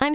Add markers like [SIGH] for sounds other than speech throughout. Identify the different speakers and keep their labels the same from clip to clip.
Speaker 1: I'm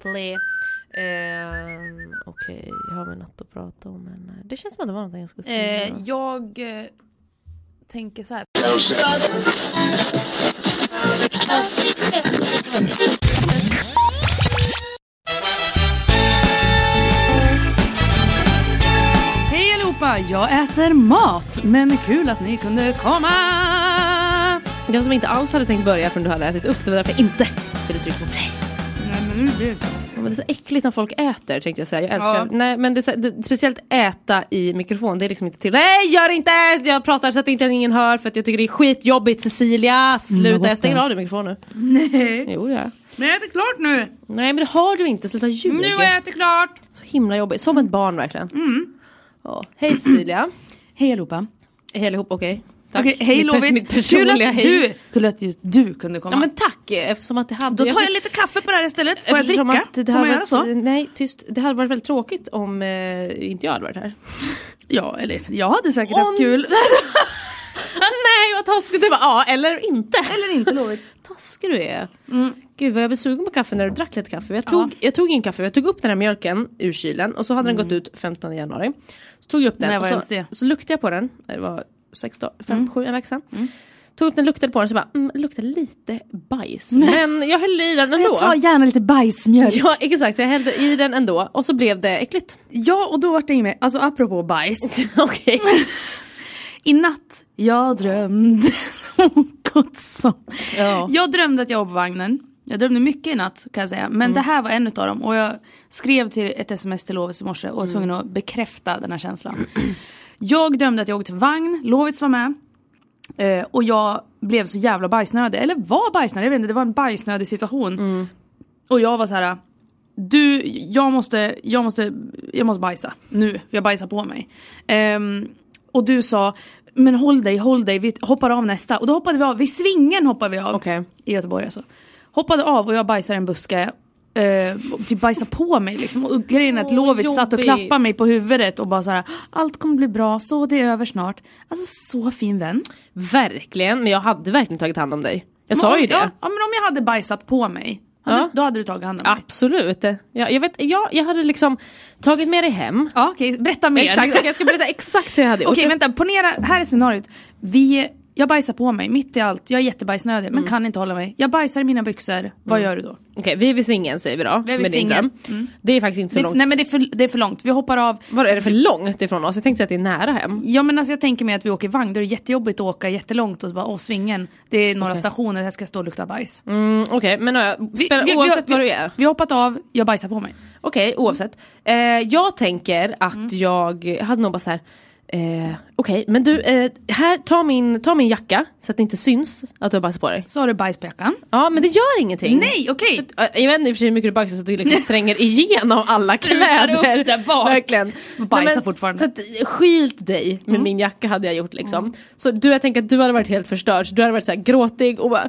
Speaker 2: Play. Ehm, Okej, jag har väl något att prata om. Men eh, det känns som att det var någonting jag skulle säga.
Speaker 3: Eh, jag eh, tänker så här.
Speaker 4: Hej allihopa! Jag äter mat, men kul att ni kunde komma!
Speaker 2: Jag som inte alls hade tänkt börja förrän du hade ätit upp. Det var därför jag inte ville trycka på play. Ja, Men det är så äckligt när folk äter tänkte jag säga. Jag älskar
Speaker 4: Ja.
Speaker 2: Nej men det, är så- det, speciellt äta i mikrofon. Det är liksom inte till. Nej gör inte! Jag pratar så att inte ingen hör för att jag tycker det är skitjobbigt Cecilia.
Speaker 4: Mm,
Speaker 2: Sluta
Speaker 4: vad
Speaker 2: jag stänger
Speaker 4: gott
Speaker 2: av din mikrofon nu.
Speaker 4: Nej,
Speaker 2: Jo ja.
Speaker 4: men jag äter klart nu!
Speaker 2: Nej men det har du inte. Sluta ljuga.
Speaker 4: Nu har jag ätit klart!
Speaker 2: Så himla jobbigt. Som ett barn verkligen. Ja. Hej Cecilia.
Speaker 4: Hej allihopa!
Speaker 2: hej allihop okej. Tack.
Speaker 4: Okej, hej
Speaker 2: Mitt pers- mitt
Speaker 4: Lovis! Kul
Speaker 2: personliga
Speaker 4: att
Speaker 2: hej.
Speaker 4: du, kul att just du kunde komma.
Speaker 2: Ja men tack eftersom att det hade.
Speaker 4: Då tar
Speaker 2: fick-
Speaker 4: jag lite kaffe på det här istället. Får jag
Speaker 2: Eftersom
Speaker 4: dricka?
Speaker 2: att det
Speaker 4: Får
Speaker 2: hade
Speaker 4: man göra
Speaker 2: varit-
Speaker 4: så?
Speaker 2: Nej, tyst. Det hade varit väldigt tråkigt om eh, inte jag hade varit här.
Speaker 4: Ja, eller jag hade säkert
Speaker 2: Om-
Speaker 4: haft kul.
Speaker 2: [LAUGHS] nej, vad taskig du var. Ja, eller inte. Eller inte, lovligt. [LAUGHS] taskig du är.
Speaker 4: Mm.
Speaker 2: Gud vad jag blev sugen på kaffe när du drack lite kaffe. Jag tog, jag tog in kaffe, jag tog upp den här mjölken ur kylen och så hade den gått ut 15 januari. Så tog jag upp den
Speaker 4: När
Speaker 2: och
Speaker 4: Mm. var
Speaker 2: så,
Speaker 4: ens det? Mm.
Speaker 2: så luktade jag på den, det var 6 dagar, 5, 7, en vecka sedan. Tog upp den, luktade på den så bara, mm, luktar lite bajs. Men jag hällde i den ändå.
Speaker 4: gärna lite bajsmjöl.
Speaker 2: Ja exakt, så jag hällde i den ändå och så blev det äckligt. [LAUGHS]
Speaker 4: Ja, och då vart det inget mer. Alltså apropå bajs. [LAUGHS]
Speaker 2: Okej.
Speaker 4: I natt, jag drömde [LAUGHS] något som...
Speaker 2: Ja.
Speaker 4: Jag drömde att jag var på vagnen. Jag drömde mycket i natt kan jag säga. Men det här var en av dem. Och jag skrev till ett sms till Lovits i morse och var tvungen att bekräfta den här känslan. Jag drömde att jag åkte vagn, Lovits var med. Eh, och jag blev så jävla bajsnödig. Eller var bajsnödig, jag vet inte. Det var en bajsnödig situation. Och jag var så här. Du, jag måste, jag måste, jag måste bajsa nu. Jag bajsar på mig. Ehm, och du sa, men håll dig, håll dig, vi hoppar av nästa. Och då hoppade vi av, vid svingen hoppade vi av.
Speaker 2: Okej.
Speaker 4: I Göteborg alltså. Hoppade av och jag bajsade i en buske. Eh, och typ bajsa på mig liksom. Och grejen är att
Speaker 2: Åh,
Speaker 4: Lovits satt och
Speaker 2: jobbigt.
Speaker 4: klappade mig på huvudet och bara så här. allt kommer bli bra, så det är över snart. Alltså så fin vän.
Speaker 2: Verkligen, men jag hade verkligen tagit hand om dig. Jag sa
Speaker 4: Men
Speaker 2: ju
Speaker 4: om-
Speaker 2: det.
Speaker 4: Ja, ja men om jag hade bajsat på mig,
Speaker 2: Ja.
Speaker 4: hade, då hade du tagit hand om mig.
Speaker 2: Absolut. Ja, jag, vet, ja, jag hade liksom tagit med dig hem.
Speaker 4: Ja okej, berätta mer.
Speaker 2: Exakt, okej, jag ska berätta exakt hur jag hade gjort.
Speaker 4: Okej vänta, ponera, här är scenariot. Vi, jag bajsar på mig mitt i allt, jag är jättebajsnödig men kan inte hålla mig. Jag bajsar i mina byxor, vad gör du då?
Speaker 2: Okej, vi Mm. är vid svingen säger vi då.
Speaker 4: är
Speaker 2: som
Speaker 4: vid
Speaker 2: är din
Speaker 4: svingen.
Speaker 2: dröm. Det är faktiskt inte så
Speaker 4: Det,
Speaker 2: långt.
Speaker 4: nej men det är, för, det är för långt, vi hoppar av.
Speaker 2: Vadå, är det för långt ifrån oss? Jag tänkte säga att det är nära hem. Mm,
Speaker 4: Ja men alltså jag tänker mig att vi åker vagn, då är det jättejobbigt att åka jättelångt och så bara åh svingen, det är några stationer, här ska jag stå och lukta bajs.
Speaker 2: Mm, Okej, men ja,
Speaker 4: Vi-
Speaker 2: spelar,
Speaker 4: vi- vi-
Speaker 2: oavsett
Speaker 4: vi-
Speaker 2: var du är.
Speaker 4: Vi har hoppat av, jag bajsar på mig.
Speaker 2: Okej, oavsett. Eh, jag tänker att jag hade nog bara så här. Eh, Okej, men du, eh, här, ta min, ta min jacka så att det inte syns att du har bajsat på dig.
Speaker 4: Så har du bajs på jackan.
Speaker 2: Ja, men det gör ingenting.
Speaker 4: Nej okej!
Speaker 2: Ja, Jag vet inte i och för sig hur mycket du bajsar så att det
Speaker 4: [LAUGHS]
Speaker 2: liksom tränger igenom alla
Speaker 4: Sprutar upp
Speaker 2: kläder.
Speaker 4: där bak.
Speaker 2: Verkligen.
Speaker 4: Bajsar
Speaker 2: Nej, men
Speaker 4: fortfarande. Mm.
Speaker 2: Så att, skilt dig med min jacka hade jag gjort liksom. Så du, jag tänker att du hade varit helt förstörd, så du hade varit så här gråtig och bara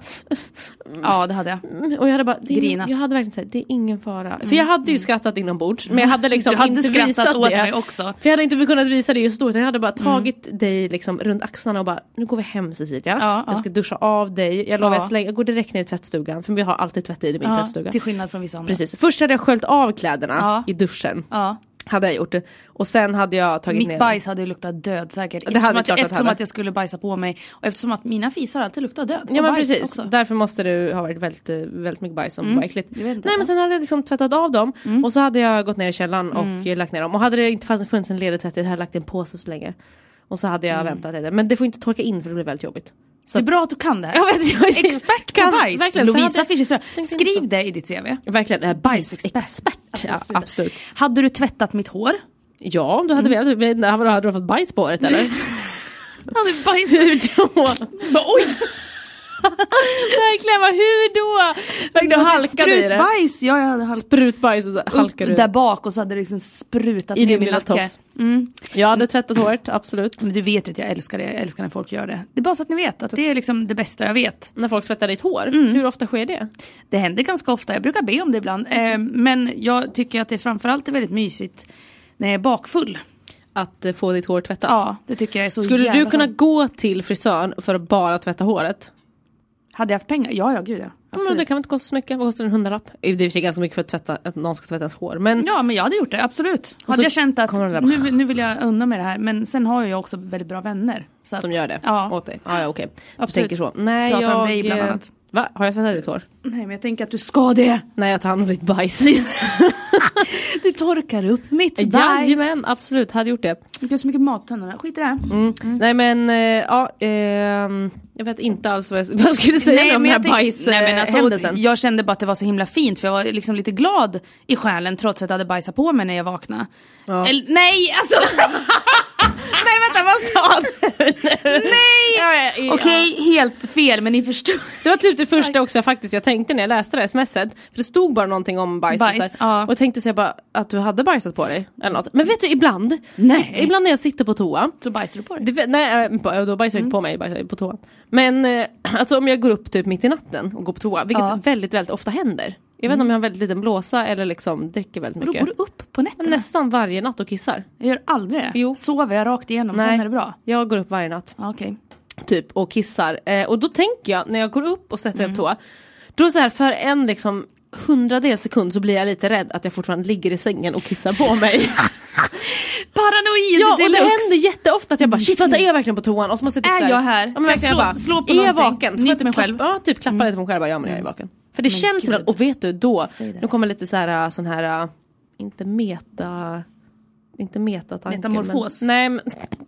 Speaker 4: Ja det hade jag.
Speaker 2: Mm, Och jag hade bara, det är ingen,
Speaker 4: Grinat. Mm.
Speaker 2: jag hade verkligen sagt det är ingen fara. För jag hade ju skrattat inombords men jag hade liksom
Speaker 4: [LAUGHS] Du hade
Speaker 2: inte
Speaker 4: skrattat
Speaker 2: visat
Speaker 4: åt
Speaker 2: det.
Speaker 4: mig också. Mm.
Speaker 2: För jag hade inte kunnat visa det just då utan jag hade bara tagit dig liksom runt axlarna och bara, nu går vi hem Cecilia.
Speaker 4: Ja,
Speaker 2: jag
Speaker 4: ja.
Speaker 2: ska duscha av dig, jag lovar
Speaker 4: Ja.
Speaker 2: jag, slänger, jag går direkt ner i tvättstugan för vi har alltid tvätt i det i min
Speaker 4: Ja,
Speaker 2: tvättstuga.
Speaker 4: till skillnad från vissa andra.
Speaker 2: Precis, först hade jag sköljt av kläderna
Speaker 4: Ja.
Speaker 2: i duschen.
Speaker 4: Ja.
Speaker 2: Hade jag gjort det. Och sen hade jag tagit ner
Speaker 4: Mitt bajs hade ju luktat död säkert.
Speaker 2: hade
Speaker 4: Eftersom,
Speaker 2: det
Speaker 4: att,
Speaker 2: klart att det
Speaker 4: eftersom
Speaker 2: hade.
Speaker 4: att jag skulle bajsa på mig. Och eftersom att mina fisar alltid luktar död.
Speaker 2: Ja
Speaker 4: och
Speaker 2: men
Speaker 4: bajs
Speaker 2: precis,
Speaker 4: också.
Speaker 2: därför måste du ha varit väldigt, eh, väldigt mycket bajs som var äckligt.
Speaker 4: vet inte.
Speaker 2: Nej men sen hade jag liksom tvättat av dem och så hade jag gått ner i källaren och eh, lagt ner dem. Och hade det inte funnits- funnits en ledig tvätt hade jag lagt i en påse så länge. Och så hade jag väntat lite. Men det får inte torka in för det blir väldigt jobbigt.
Speaker 4: Det är bra att du kan [LAUGHS] det här.
Speaker 2: Jag vet, jag är-
Speaker 4: Expert på
Speaker 2: kan-
Speaker 4: bajs.
Speaker 2: verkligen, så
Speaker 4: Lovisa
Speaker 2: hade-
Speaker 4: Fischer
Speaker 2: slängt in
Speaker 4: Skriv
Speaker 2: så.
Speaker 4: det i ditt CV.
Speaker 2: Verkligen, eh, bajsexpert.
Speaker 4: Bajsexpert.
Speaker 2: Ja,
Speaker 4: Alltså, så vidare.
Speaker 2: absolut.
Speaker 4: Hade du tvättat mitt hår?
Speaker 2: Ja om du hade velat, men, vadå, hade du fått bajs på håret eller?
Speaker 4: Hade du bajsat?
Speaker 2: Hur då?
Speaker 4: Bara, Oj!
Speaker 2: [LAUGHS] Verkligen, vad, hur då? Verkligen du Alltså, halkade i det.
Speaker 4: Sprutbajs! Ja, jag hade halkat.
Speaker 2: Sprutbajs och så halkade
Speaker 4: Upp
Speaker 2: du.
Speaker 4: där bak och så hade det liksom sprutat
Speaker 2: I
Speaker 4: ner
Speaker 2: din
Speaker 4: min
Speaker 2: lilla
Speaker 4: nacke.
Speaker 2: tofs.
Speaker 4: Mm.
Speaker 2: Jag hade tvättat håret, absolut.
Speaker 4: Men du vet ju att jag älskar det, jag älskar när folk gör det. Det är bara så att ni vet att det är liksom det bästa jag vet.
Speaker 2: När folk tvättar ditt hår, hur ofta sker det?
Speaker 4: Det händer ganska ofta, jag brukar be om det ibland.
Speaker 2: Mm.
Speaker 4: Eh, men jag tycker att det framförallt är väldigt mysigt när jag är bakfull.
Speaker 2: Att eh, få ditt hår tvättat?
Speaker 4: Ja, det tycker jag är så
Speaker 2: Skulle du
Speaker 4: jävla
Speaker 2: kunna
Speaker 4: skönt.
Speaker 2: gå till frisören för att bara tvätta håret?
Speaker 4: Hade jag haft pengar? Ja, ja gud ja.
Speaker 2: Ja, Men det kan väl inte kosta så mycket, vad kostar en hundralapp? Det är i och för sig ganska mycket för att, tvätta, att någon ska tvätta ens hår. Men
Speaker 4: Ja men jag hade gjort det, absolut.
Speaker 2: så
Speaker 4: Hade jag känt att
Speaker 2: kommer den där- "Ah."
Speaker 4: nu, nu vill jag unna mig det här men sen har jag också väldigt bra vänner. Så att,
Speaker 2: de gör det
Speaker 4: Ja.
Speaker 2: åt dig. Ja, ja okej. Du
Speaker 4: Absolut.
Speaker 2: tänker så. Nej,
Speaker 4: Pratar
Speaker 2: jag...
Speaker 4: om dig bland
Speaker 2: eh,
Speaker 4: annat.
Speaker 2: Va? Har jag tvättat ditt hår?
Speaker 4: Nej men jag tänker att du ska det!
Speaker 2: Nej, jag tar hand om ditt [LAUGHS] bajs.
Speaker 4: Du torkar upp mitt bajs.
Speaker 2: Jajamän, Mm. absolut. Hade gjort det.
Speaker 4: Du har så mycket mat i tänderna, skit i det. här.
Speaker 2: Nej men, eh, ja. ehm, jag vet inte alls vad jag, [LAUGHS] vad jag skulle säga om den här eh,
Speaker 4: jag tänk- Nej, men alltså,
Speaker 2: bajshändelsen.
Speaker 4: Jag kände bara att det var så himla fint för jag var liksom lite glad i själen trots att jag hade bajsat på mig när jag vaknade. Eller, nej alltså! [LAUGHS]
Speaker 2: Nej vänta, vad sa [LAUGHS] du? Nej!
Speaker 4: Okej, helt fel men
Speaker 2: [LAUGHS]
Speaker 4: ni förstår.
Speaker 2: Det var typ det första också jag faktiskt jag tänkte när jag läste det här smset. För det stod bara någonting om bajs,
Speaker 4: Bajs,
Speaker 2: och, så här,
Speaker 4: ja.
Speaker 2: och jag tänkte så jag bara att du hade bajsat på dig. Eller något. Men vet du ibland,
Speaker 4: Nej.
Speaker 2: ibland när jag sitter på toa.
Speaker 4: Så Mm. bajsar du på dig?
Speaker 2: Det, nej, eh, på- då bajsar jag inte på mig, jag bajsar på toan. Men eh, [CLEARS THROAT] alltså om jag går upp typ mitt i natten och går på toa, vilket
Speaker 4: Ja.
Speaker 2: väldigt, väldigt ofta händer. Jag vet inte om jag har en väldigt liten blåsa eller liksom dricker väldigt
Speaker 4: Då går
Speaker 2: mycket.
Speaker 4: du upp på nätterna?
Speaker 2: Nästan varje natt och kissar.
Speaker 4: Jag gör aldrig det.
Speaker 2: Jo.
Speaker 4: Sover jag rakt igenom, sen är det bra.
Speaker 2: jag går upp varje natt
Speaker 4: Ja, Okej.
Speaker 2: typ och kissar. Eh, och då tänker jag när jag går upp och sätter mig på toa, då så här för en liksom hundradel sekund så blir jag lite rädd att jag fortfarande ligger i sängen och kissar [LAUGHS] på mig.
Speaker 4: Paranoid
Speaker 2: ja och det
Speaker 4: deluxe.
Speaker 2: händer jätteofta att jag bara shit vänta är jag verkligen på toan? Och så måste jag typ
Speaker 4: Är
Speaker 2: så här,
Speaker 4: jag här?
Speaker 2: Ja,
Speaker 4: Ska
Speaker 2: men
Speaker 4: jag
Speaker 2: verkligen, jag
Speaker 4: slå-
Speaker 2: bara,
Speaker 4: slå på
Speaker 2: är jag
Speaker 4: någonting?
Speaker 2: vaken? Så får jag
Speaker 4: Nypa
Speaker 2: typ,
Speaker 4: mig
Speaker 2: klapp,
Speaker 4: själv?
Speaker 2: ja, typ klappa lite på mig själv bara ja men jag är vaken. För det känns
Speaker 4: gud.
Speaker 2: ibland, och vet du då,
Speaker 4: Säg det.
Speaker 2: då kommer lite så här äh, sån här, äh, inte meta, inte metatanken.
Speaker 4: Metamorfos.
Speaker 2: Men, nej, men,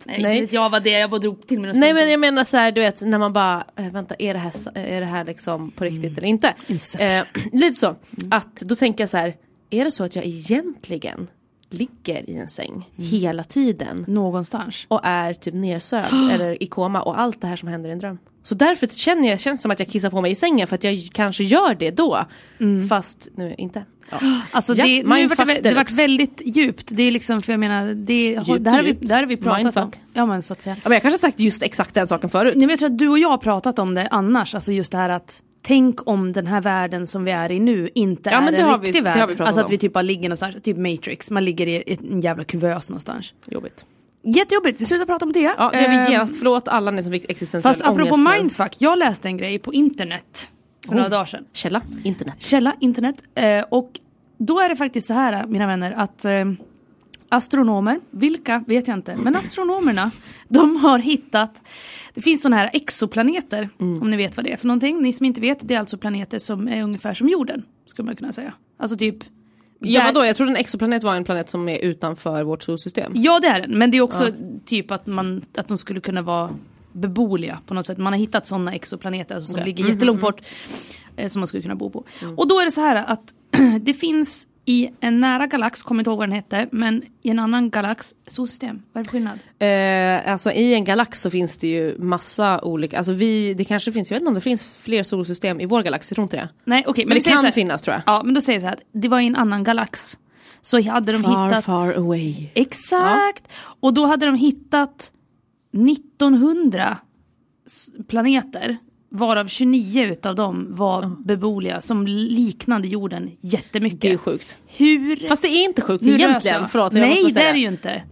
Speaker 4: Nej, inte vet jag vad det är, jag bara drog till mig något
Speaker 2: Nej
Speaker 4: fint.
Speaker 2: men jag menar så här, du vet när man bara, eh, vänta är det här, sa- är det här liksom
Speaker 4: Mm.
Speaker 2: på riktigt eller inte?
Speaker 4: Inception.
Speaker 2: Eh, lite så,
Speaker 4: Mm.
Speaker 2: att då tänker jag så här, är det så att jag egentligen ligger i en säng
Speaker 4: Mm.
Speaker 2: hela tiden
Speaker 4: Någonstans.
Speaker 2: och är typ
Speaker 4: [GASPS]
Speaker 2: nersövd eller i koma och allt det här som händer i en dröm? Så därför känner jag, känns det som att jag kissar på mig i sängen för att jag ju kanske gör det då.
Speaker 4: Mm.
Speaker 2: Fast nu inte.
Speaker 4: [GASPS]
Speaker 2: Ja.
Speaker 4: Alltså
Speaker 2: Ja,
Speaker 4: det, nu
Speaker 2: mindfuck
Speaker 4: vart det, det vart
Speaker 2: deluxe.
Speaker 4: väldigt djupt. Det är liksom, för jag menar, det,
Speaker 2: Djupt
Speaker 4: det, här har vi,
Speaker 2: och djupt.
Speaker 4: det här har vi pratat om.
Speaker 2: Mindfuck.
Speaker 4: Ja men så att säga.
Speaker 2: Ja, men jag kanske har sagt just exakt den saken förut.
Speaker 4: Nej, men jag tror att du och jag har pratat om det annars, alltså just det här att Tänk om den här världen som vi är i nu inte
Speaker 2: Ja,
Speaker 4: är
Speaker 2: men det
Speaker 4: en
Speaker 2: har vi-
Speaker 4: riktig
Speaker 2: det
Speaker 4: värld.
Speaker 2: har vi pratat
Speaker 4: alltså att
Speaker 2: om.
Speaker 4: vi typ bara ligger någonstans, typ Matrix, man ligger i ett- en jävla kuvös någonstans.
Speaker 2: Jobbigt.
Speaker 4: Jättejobbigt, vi slutar prata om det.
Speaker 2: Ja, jag
Speaker 4: Ehm,
Speaker 2: vill genast, förlåt alla ni som fick existentiell
Speaker 4: Fast apropå
Speaker 2: ångest nu.
Speaker 4: mindfuck, jag läste en grej på internet för några dagar sedan.
Speaker 2: Källa, internet.
Speaker 4: Källa internet. Eh, och då är det faktiskt så här mina vänner att eh, astronomer, vilka vet jag inte, men astronomerna de har hittat, det finns sådana här exoplaneter
Speaker 2: Mm.
Speaker 4: om ni vet vad det är för någonting. Ni som inte vet, det är alltså planeter som är ungefär som jorden skulle man kunna säga. Alltså typ
Speaker 2: Ja
Speaker 4: där-
Speaker 2: vadå, jag trodde en exoplanet var en planet som är utanför vårt solsystem.
Speaker 4: Ja det är den, men det är också typ att, man, att de skulle kunna vara beboeliga på något sätt. Man har hittat sådana exoplaneter alltså, som
Speaker 2: Mm,
Speaker 4: ligger jättelångt bort eh, som man skulle kunna bo på. Och då är det så här att [CLEARS THROAT] det finns i en nära galax, kommer inte ihåg vad den hette, men i en annan galax, solsystem, vad är det för skillnad?
Speaker 2: Eh, alltså i en galax så finns det ju massa olika, alltså vi, det kanske finns, jag vet inte om det finns fler solsystem i vår galax, jag tror inte det.
Speaker 4: Nej okej,
Speaker 2: Men,
Speaker 4: vi
Speaker 2: det
Speaker 4: säger
Speaker 2: kan
Speaker 4: så här,
Speaker 2: finnas tror jag.
Speaker 4: Ja men då säger jag så här att det var i en annan galax. Så hade de hittat...
Speaker 2: far away.
Speaker 4: Exakt! Och då hade de hittat 1900 s- planeter varav 29 utav dem var beboeliga som liknade jorden jättemycket.
Speaker 2: Det är ju sjukt.
Speaker 4: Hur?
Speaker 2: Fast det är inte sjukt
Speaker 4: Nu rös
Speaker 2: egentligen,
Speaker 4: jag.
Speaker 2: förlåt jag
Speaker 4: Nej
Speaker 2: måste
Speaker 4: det
Speaker 2: säga
Speaker 4: är det ju inte.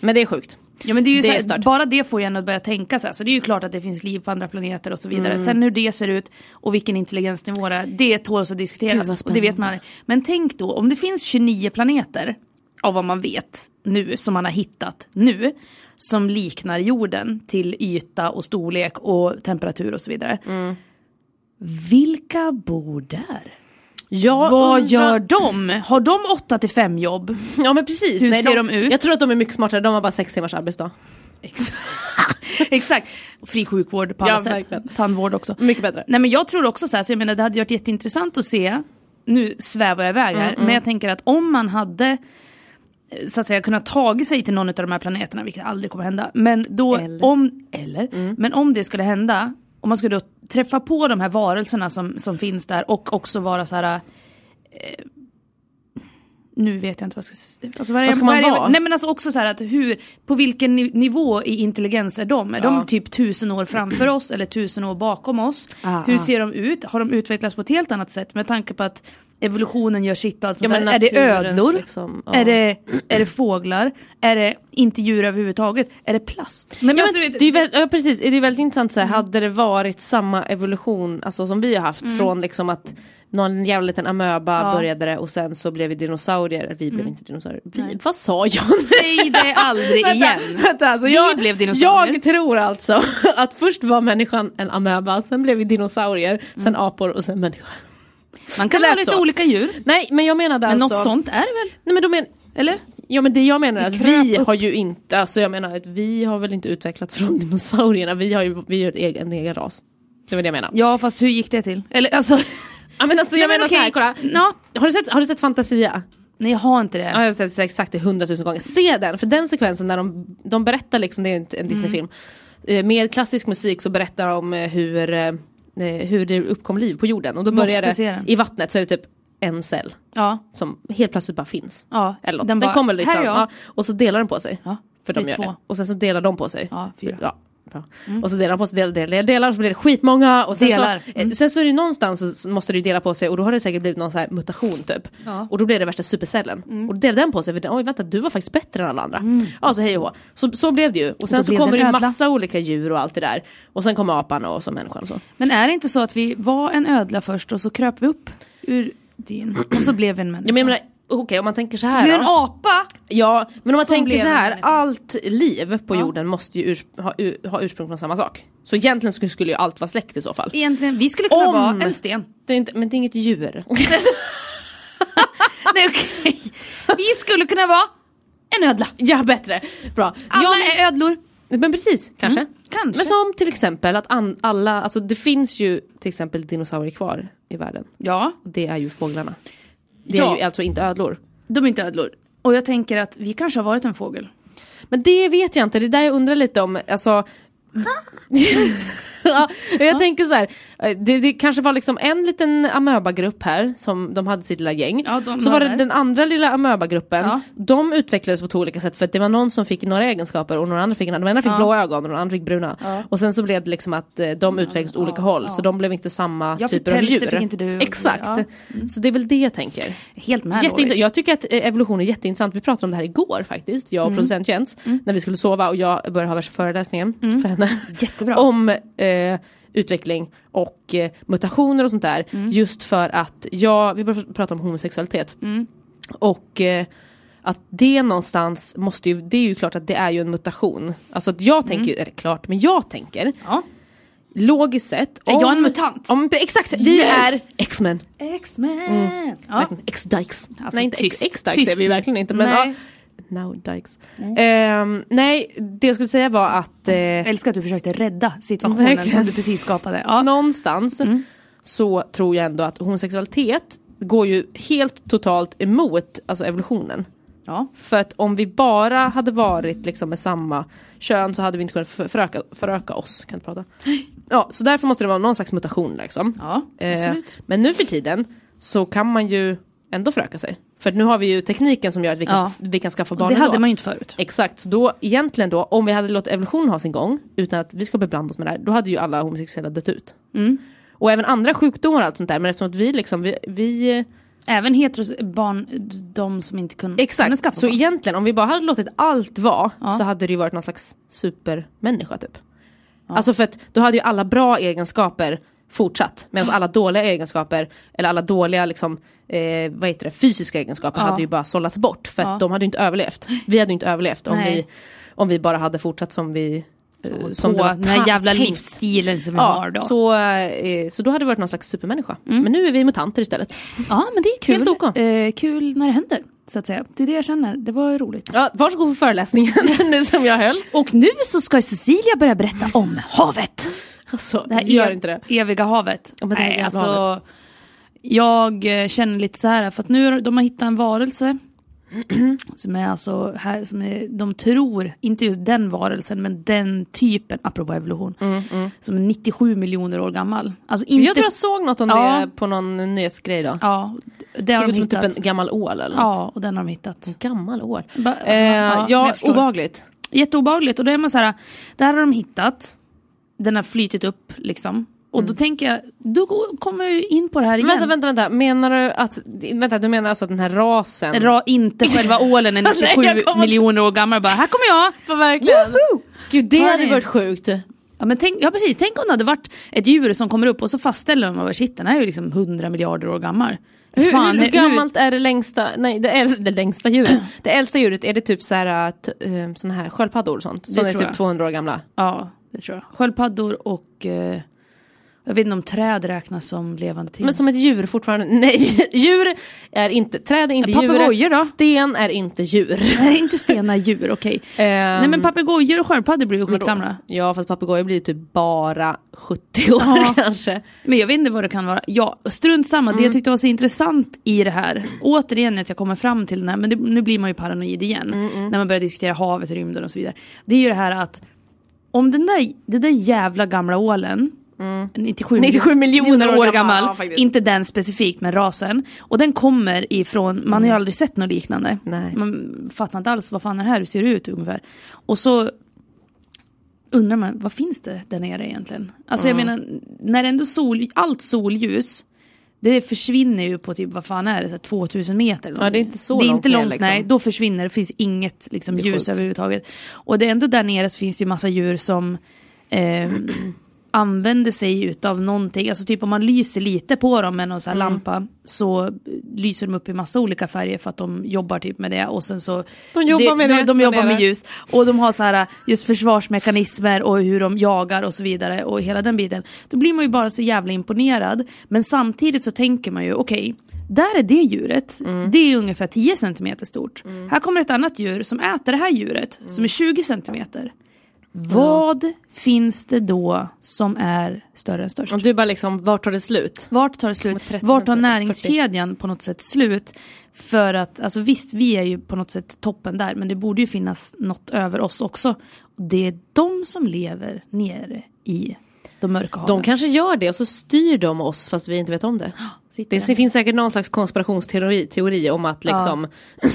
Speaker 2: Men det är sjukt.
Speaker 4: Ja, men det är ju
Speaker 2: Det
Speaker 4: så
Speaker 2: är
Speaker 4: här,
Speaker 2: stört.
Speaker 4: bara det får ju en att börja tänka så här. Så det är ju klart att det finns liv på andra planeter och så vidare.
Speaker 2: Mm.
Speaker 4: Sen hur det ser ut och vilken intelligensnivå det är, det tåls att diskuteras. Och det vet man aldrig. Men tänk då, om det finns 29 planeter av vad man vet nu, som man har hittat nu, som liknar jorden till yta och storlek och temperatur och så vidare.
Speaker 2: Mm.
Speaker 4: Vilka bor där?
Speaker 2: Jag
Speaker 4: Vad
Speaker 2: undrar-
Speaker 4: gör de? Har de 8 till 5 jobb?
Speaker 2: Ja men precis.
Speaker 4: Hur ser de ut?
Speaker 2: Jag tror att de är mycket smartare, de har bara sex timmars arbetsdag.
Speaker 4: Exakt. [LAUGHS] Exakt. Och Fri sjukvård på alla
Speaker 2: Ja,
Speaker 4: sätt.
Speaker 2: verkligen.
Speaker 4: Tandvård också.
Speaker 2: Mycket bättre.
Speaker 4: Nej men jag tror också så här, så jag menar det hade varit jätteintressant att se, nu svävar jag iväg här,
Speaker 2: Mm,
Speaker 4: men jag tänker att om man hade eh, så att säga kunnat tagit sig till någon av de här planeterna, vilket aldrig kommer hända, men då,
Speaker 2: Eller. Mm.
Speaker 4: om, eller, men om det skulle hända Och man skulle då träffa på de här varelserna som, som finns där och också vara så här. Eh, nu vet jag inte vad jag ska säga. Alltså, vad, är,
Speaker 2: Vad ska man
Speaker 4: är,
Speaker 2: vara?
Speaker 4: Nej men alltså också så här att hur, på vilken ni- nivå i intelligens är de? Är
Speaker 2: Ja.
Speaker 4: de typ tusen år framför oss eller tusen år bakom oss?
Speaker 2: Ah,
Speaker 4: hur ser de ut? Har de utvecklats på ett helt annat sätt med tanke på att evolutionen gör sitt och allt sånt
Speaker 2: Ja, men
Speaker 4: där. Är det
Speaker 2: naturens
Speaker 4: ödlor?
Speaker 2: liksom, ja.
Speaker 4: är, det, är det fåglar? Är det inte djur överhuvudtaget? Är det plast? Nej, men
Speaker 2: Ja,
Speaker 4: alltså,
Speaker 2: men det
Speaker 4: du vet-
Speaker 2: är ju väl, ja, precis, det är väldigt intressant så här, hade det varit samma evolution alltså, som vi har haft
Speaker 5: Mm.
Speaker 2: från liksom att någon jävla liten amöba började det och sen så blev vi dinosaurier, vi blev inte dinosaurier. Vi, vad sa jag?
Speaker 5: Mm. Säg det aldrig igen.
Speaker 2: [LAUGHS] Vänta, alltså,
Speaker 5: Vi blev dinosaurier.
Speaker 2: Jag tror alltså [LAUGHS] att först var människan en amöba, sen blev vi dinosaurier,
Speaker 5: Mm.
Speaker 2: sen apor och sen människa.
Speaker 5: Man kan
Speaker 2: Det
Speaker 5: ha
Speaker 2: lät
Speaker 5: lite
Speaker 2: så.
Speaker 5: olika djur.
Speaker 2: Nej men jag menade
Speaker 5: Men
Speaker 2: alltså...
Speaker 5: något sånt är det väl?
Speaker 2: Nej, men de men,
Speaker 5: Eller?
Speaker 2: Ja men det jag menar är att
Speaker 5: kröp
Speaker 2: vi har ju inte, alltså jag menar att vi har väl inte utvecklats från [LAUGHS] dinosaurierna, vi har ju vi är ett egen, en egen ras. Det var det jag menar.
Speaker 4: Ja fast hur gick det till? Eller alltså,
Speaker 2: Ja, men alltså, jag
Speaker 4: Nej, men
Speaker 2: menar så här, kolla.
Speaker 4: okej. Ja.
Speaker 2: Har, du sett, har du sett Fantasia?
Speaker 4: nej jag har inte det.
Speaker 2: Ja, jag har sett sett exakt det hundratusen gånger. Se den, för den sekvensen när de, de berättar, liksom, det är en, en Disneyfilm. Eh, Med klassisk musik så berättar de eh, hur, eh, hur det uppkom liv på jorden. Och då
Speaker 4: Måste
Speaker 2: börjar
Speaker 4: se
Speaker 2: det,
Speaker 4: den.
Speaker 2: i vattnet så är det typ en cell
Speaker 4: Ja.
Speaker 2: som helt plötsligt bara finns.
Speaker 4: Ja,
Speaker 2: Eller något.
Speaker 4: den
Speaker 2: Den,
Speaker 4: bara,
Speaker 2: kommer liksom,
Speaker 4: "Här är jag."
Speaker 2: ja, och så delar den på sig.
Speaker 4: Ja,
Speaker 2: För de
Speaker 4: blir
Speaker 2: gör
Speaker 4: två.
Speaker 2: det. Och sen så delar de på sig.
Speaker 4: Ja, fyra. Mm.
Speaker 2: Ja, bra. Och så delar de på sig, delar, delar, delar, och så blir det skitmånga. Och sen,
Speaker 4: Delar. Mm.
Speaker 2: Så, eh, sen så är det ju någonstans så måste det ju dela på sig och då har det säkert blivit någon så här mutation typ. Och då blir det värsta supercellen.
Speaker 4: Mm.
Speaker 2: Och då delar den på sig, för den, oj vänta du var faktiskt bättre än alla andra. Ja så hej och hå. så, så blev det ju. Och sen
Speaker 4: då
Speaker 2: så
Speaker 4: blev
Speaker 2: kommer
Speaker 4: det
Speaker 2: det
Speaker 4: en
Speaker 2: ju
Speaker 4: ödla.
Speaker 2: massa olika djur och allt det där. Och sen kommer apan och så människan och så.
Speaker 4: Men är det inte så att vi var en ödla först och så kröp vi upp ur dyn och så blev vi en människa?
Speaker 2: Ja, men jag menar, okej om man tänker så
Speaker 4: så
Speaker 2: här.
Speaker 4: blev
Speaker 2: då.
Speaker 4: det en apa!
Speaker 2: Ja, men om man
Speaker 4: Som
Speaker 2: tänker
Speaker 4: blev
Speaker 2: så här,
Speaker 4: en människa.
Speaker 2: allt liv på jorden måste ju urs- ha, u- ha ursprung från samma sak. Så egentligen skulle, skulle ju allt vara släkt i så fall.
Speaker 4: Egentligen, vi skulle kunna
Speaker 2: Om-
Speaker 4: vara en sten.
Speaker 2: Det är inte, men det är inget djur. [LAUGHS]
Speaker 4: Nej okej. Vi skulle kunna vara en ödla.
Speaker 2: ja, bättre. Bra.
Speaker 4: Alla
Speaker 2: Ja,
Speaker 4: är ödlor.
Speaker 2: men, men precis, Mm, kanske.
Speaker 4: kanske.
Speaker 2: Men som till exempel att an, alla, alltså det finns ju till exempel dinosaurier kvar i världen.
Speaker 4: Ja,
Speaker 2: Och det är ju fåglarna. Det
Speaker 4: Ja.
Speaker 2: är ju alltså inte ödlor.
Speaker 4: de är inte ödlor. Och jag tänker att vi kanske har varit en fågel.
Speaker 2: Men det vet jag inte, det är där jag undrar lite om, alltså
Speaker 4: [LAUGHS]
Speaker 2: ja, och jag tänker så här, eh, det, det kanske var liksom en liten amöbagrupp här som de hade sitt lilla gäng.
Speaker 4: Ja, de-
Speaker 2: så
Speaker 4: de
Speaker 2: var det
Speaker 4: där.
Speaker 2: den andra lilla amöbagruppen,
Speaker 4: Ja.
Speaker 2: de utvecklades på två olika sätt för att det var någon som fick några egenskaper och några andra fick, de ena fick blå ögon och de andra fick bruna. Och sen så blev det liksom att eh, de utvecklades åt olika håll så de blev inte samma
Speaker 4: Jag fick
Speaker 2: typer av
Speaker 4: päls, det
Speaker 2: djur.
Speaker 4: fick inte du.
Speaker 2: Exakt,
Speaker 4: Ja. Mm.
Speaker 2: så det är väl det jag tänker.
Speaker 4: Helt med
Speaker 2: Jätteintressant.
Speaker 4: Jätteintressant.
Speaker 2: Jag tycker att eh, evolution är jätteintressant. Vi pratade om det här igår faktiskt, jag och
Speaker 4: Mm.
Speaker 2: producent Jens. När vi skulle sova och jag började ha värsta föreläsningen för henne.
Speaker 4: Mm.
Speaker 2: [LAUGHS]
Speaker 4: Jättebra.
Speaker 2: Om eh, utveckling och eh, mutationer och sånt där.
Speaker 4: Mm.
Speaker 2: Just för att jag, vi började prata om homosexualitet.
Speaker 4: Mm.
Speaker 2: Och eh, att det någonstans måste ju, det är ju klart att det är ju en mutation. Alltså att jag tänker
Speaker 4: Mm.
Speaker 2: ju, är det klart, men jag tänker
Speaker 4: Ja.
Speaker 2: logiskt sett.
Speaker 4: Är jag en mutant?
Speaker 2: Om, exakt, vi
Speaker 4: Yes!
Speaker 2: är X-Men.
Speaker 4: X-Men! Mm. Ja.
Speaker 2: Verkligen. X-Dykes.
Speaker 4: Alltså,
Speaker 2: nej inte
Speaker 4: tyst,
Speaker 2: X-Dykes är
Speaker 4: tyst.
Speaker 2: vi verkligen inte men
Speaker 4: Nej.
Speaker 2: nej. Now Dykes. Ehm, nej, det jag skulle säga var att eh,
Speaker 4: Jag älskar att du försökte rädda situationen
Speaker 2: Verkligen.
Speaker 4: som du precis skapade. Ja.
Speaker 2: någonstans
Speaker 4: Mm.
Speaker 2: så tror jag ändå att homosexualitet går ju helt totalt emot alltså evolutionen.
Speaker 4: Ja.
Speaker 2: För att om vi bara hade varit liksom med samma kön så hade vi inte kunnat för- föröka, föröka oss. Kan inte prata. Ja, så därför måste det vara någon slags mutation liksom.
Speaker 4: Ja,
Speaker 2: Eh,
Speaker 4: absolut.
Speaker 2: Men nu för tiden så kan man ju ändå föröka sig. För att nu har vi ju tekniken som gör att vi kan,
Speaker 4: Ja.
Speaker 2: vi kan skaffa barn
Speaker 4: Det
Speaker 2: ändå.
Speaker 4: hade man ju inte förut.
Speaker 2: Exakt, så då egentligen då om vi hade låtit evolutionen ha sin gång utan att vi ska beblanda oss med det här, då hade ju alla homosexuella dött ut.
Speaker 4: Mm.
Speaker 2: Och även andra sjukdomar och allt sånt där men eftersom att vi liksom, vi, vi
Speaker 4: Även heteros barn, de som inte kunde, kunde skaffa
Speaker 2: Exakt, så
Speaker 4: barn.
Speaker 2: egentligen om vi bara hade låtit allt vara så hade det ju varit någon slags supermänniska typ. Alltså för att då hade ju alla bra egenskaper fortsatt medan alla dåliga egenskaper eller alla dåliga liksom, eh, vad heter det, fysiska egenskaper hade ju bara sållats bort för att de hade ju inte överlevt. Vi hade ju inte överlevt om,
Speaker 4: Nej.
Speaker 2: vi, om vi bara hade fortsatt som vi eh, som
Speaker 4: på den här
Speaker 2: ta-
Speaker 4: jävla
Speaker 2: tänkt.
Speaker 4: livsstilen som vi har
Speaker 2: Ja,
Speaker 4: då. Mm.
Speaker 2: så, eh, så då hade det varit någon slags supermänniska. Men nu är vi mutanter istället.
Speaker 4: Ja men det är kul.
Speaker 2: Helt OK.
Speaker 4: eh, kul när det händer. Så att säga. Det är det jag känner, det var ju roligt.
Speaker 2: Ja, varsågod för föreläsningen [LAUGHS] nu som jag höll.
Speaker 4: Och nu så ska Cecilia börja berätta om havet.
Speaker 2: Alltså,
Speaker 4: Det här
Speaker 2: gör
Speaker 4: ev-
Speaker 2: inte det.
Speaker 4: eviga havet.
Speaker 2: men det
Speaker 4: Nej,
Speaker 2: eviga [CLEARS THROAT]
Speaker 4: alltså, jag eh, känner lite så här, för att nu har- de har hittat en varelse Som är alltså, här, som är, de tror, inte just den varelsen, men den typen, apropå evolution, som är 97 miljoner år gammal. Alltså inte,
Speaker 2: Mm, Jag tror jag såg något om
Speaker 4: Ja.
Speaker 2: det på någon nyhetsgrej då.
Speaker 4: Ja, det har
Speaker 2: såg
Speaker 4: de
Speaker 2: ut som
Speaker 4: hittat.
Speaker 2: typ en gammal ål eller något.
Speaker 4: ja, och den har de hittat.
Speaker 2: Gammal ål.
Speaker 4: Ba- alltså,
Speaker 2: eh,
Speaker 4: ja,
Speaker 2: ja,
Speaker 4: jag förstår.
Speaker 2: obehagligt.
Speaker 4: Jätteobehagligt. Och då är man så här, där har de hittat, den har flytit upp liksom. Och då tänker jag, då kommer jag ju in på det här igen.
Speaker 2: Mm. Vänta, vänta, vänta. Menar du att... Vänta, du menar alltså att den här rasen...
Speaker 4: Ra,
Speaker 2: [LAUGHS]
Speaker 4: inte själva ålen är
Speaker 2: Nej, Alltså, jag
Speaker 4: 97
Speaker 2: kommer-
Speaker 4: miljoner år gammal bara, här kommer jag!
Speaker 2: verkligen. Gud, det hade
Speaker 4: Hörni.
Speaker 2: varit sjukt.
Speaker 4: Ja, men tänk, ja precis, tänk om det hade varit ett djur som kommer upp och så fastställer man bara shit den här är ju liksom 100 miljarder år gammal.
Speaker 2: Hur,
Speaker 4: Fan,
Speaker 2: hur gammalt är det längsta, nej det, äl, det längsta
Speaker 4: [CLEARS THROAT]
Speaker 2: djuret? Det äldsta djuret, är det typ så här, t, eh, såna här sköldpaddor och sånt? Som är
Speaker 4: tror
Speaker 2: typ
Speaker 4: jag.
Speaker 2: 200 år gamla?
Speaker 4: Ja, det tror jag. Sköldpaddor och eh, jag vet inte om träd räknas som levande ting.
Speaker 2: Men som ett djur fortfarande, [LAUGHS] nej. Djur är inte, träd är inte
Speaker 4: Ja, papegojor
Speaker 2: djur.
Speaker 4: då?
Speaker 2: Sten är inte
Speaker 4: [CLEARS THROAT]
Speaker 2: djur. Eh,
Speaker 4: Nej, inte stenar djur,
Speaker 2: [LAUGHS]
Speaker 4: okej.
Speaker 2: Ehm.
Speaker 4: Nej men papegojor och sköldpaddor blir ju skitgamla.
Speaker 2: Ja fast papegojor blir ju typ bara 70 år kanske.
Speaker 4: Men jag vet inte vad det kan vara. Ja, strunt samma.
Speaker 2: Mm.
Speaker 4: Det jag tyckte var så intressant i det här, återigen att jag kommer fram till den här, men det, nu blir man ju paranoid igen,
Speaker 2: Mm,
Speaker 4: när man börjar diskutera havet, rymden och så vidare. Det är ju det här att om den där, den där jävla gamla ålen, 97,
Speaker 2: 97 Mm. miljoner år
Speaker 4: år
Speaker 2: gammal,
Speaker 4: gammal,
Speaker 2: ja, faktiskt.
Speaker 4: inte den specifikt men rasen, och den kommer ifrån, man har ju aldrig sett något liknande.
Speaker 2: Mm. Nej.
Speaker 4: Man fattar inte alls vad fan är det här, hur ser det ut ungefär? Och så undrar man, vad finns det där nere egentligen? Alltså jag menar, när ändå sol, allt solljus, det försvinner ju på typ, vad fan är det, så här 2000 meter? eller
Speaker 2: Ja, det är
Speaker 4: någonting.
Speaker 2: inte så
Speaker 4: det är
Speaker 2: långt
Speaker 4: inte
Speaker 2: ner,
Speaker 4: långt
Speaker 2: liksom.
Speaker 4: Nej, då försvinner det, finns inget liksom, ljus
Speaker 2: sjukt.
Speaker 4: överhuvudtaget. Och det är ändå där nere så finns det ju massa djur som eh, använder sig utav någonting, alltså typ om man lyser lite på dem med någon sån här
Speaker 2: Mm.
Speaker 4: lampa så lyser de upp i massa olika färger för att de jobbar typ med det och sen så
Speaker 2: De jobbar med det
Speaker 4: de, de
Speaker 2: där
Speaker 4: jobbar med
Speaker 2: nere.
Speaker 4: ljus och de har så här just försvarsmekanismer och hur de jagar och så vidare och hela den biten. Då blir man ju bara så jävla imponerad men samtidigt så tänker man ju okej där är det djuret,
Speaker 2: Mm.
Speaker 4: det är ungefär 10 cm stort. Här kommer ett annat djur som äter det här djuret som är
Speaker 2: Mm.
Speaker 4: 20 cm. Vad finns det då som är större än störst?
Speaker 2: Och du bara liksom, vart tar det slut?
Speaker 4: Vart tar det slut? Vart tar näringskedjan på något sätt slut? För att, alltså visst, vi är ju på något sätt toppen där, men det borde ju finnas något över oss också. Och det är de som lever nere i de mörka haven.
Speaker 2: De kanske gör det och så styr de oss fast vi inte vet [GASPS] om det.
Speaker 4: Sitter
Speaker 2: Det
Speaker 4: där.
Speaker 2: finns säkert någon slags konspirationsteori teori om att liksom,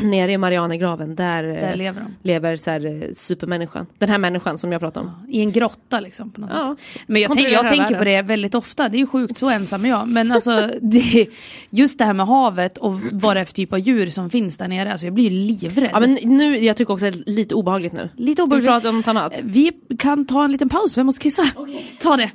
Speaker 2: [CLEARS THROAT] nere i Marianergraven där,
Speaker 4: Där
Speaker 2: där
Speaker 4: lever de.
Speaker 2: lever så här, eh, supermänniskan. Den här människan som jag pratar om.
Speaker 4: I en grotta liksom på något
Speaker 2: Ja.
Speaker 4: sätt. Men jag, tänk,
Speaker 2: Kontrollerar
Speaker 4: jag tänker på
Speaker 2: världen.
Speaker 4: det väldigt ofta, det är ju sjukt, så ensam är jag. Men alltså, [LAUGHS] det, just det här med havet och vad det är för typ av djur som finns där nere, alltså jag blir ju livrädd.
Speaker 2: Ja men nu, jag tycker också att det är lite obehagligt nu.
Speaker 4: Lite
Speaker 2: Vi
Speaker 4: obehagligt.
Speaker 2: pratar om något annat.
Speaker 4: Eh, Vi kan ta en liten paus, för jag måste kissa. Ta det.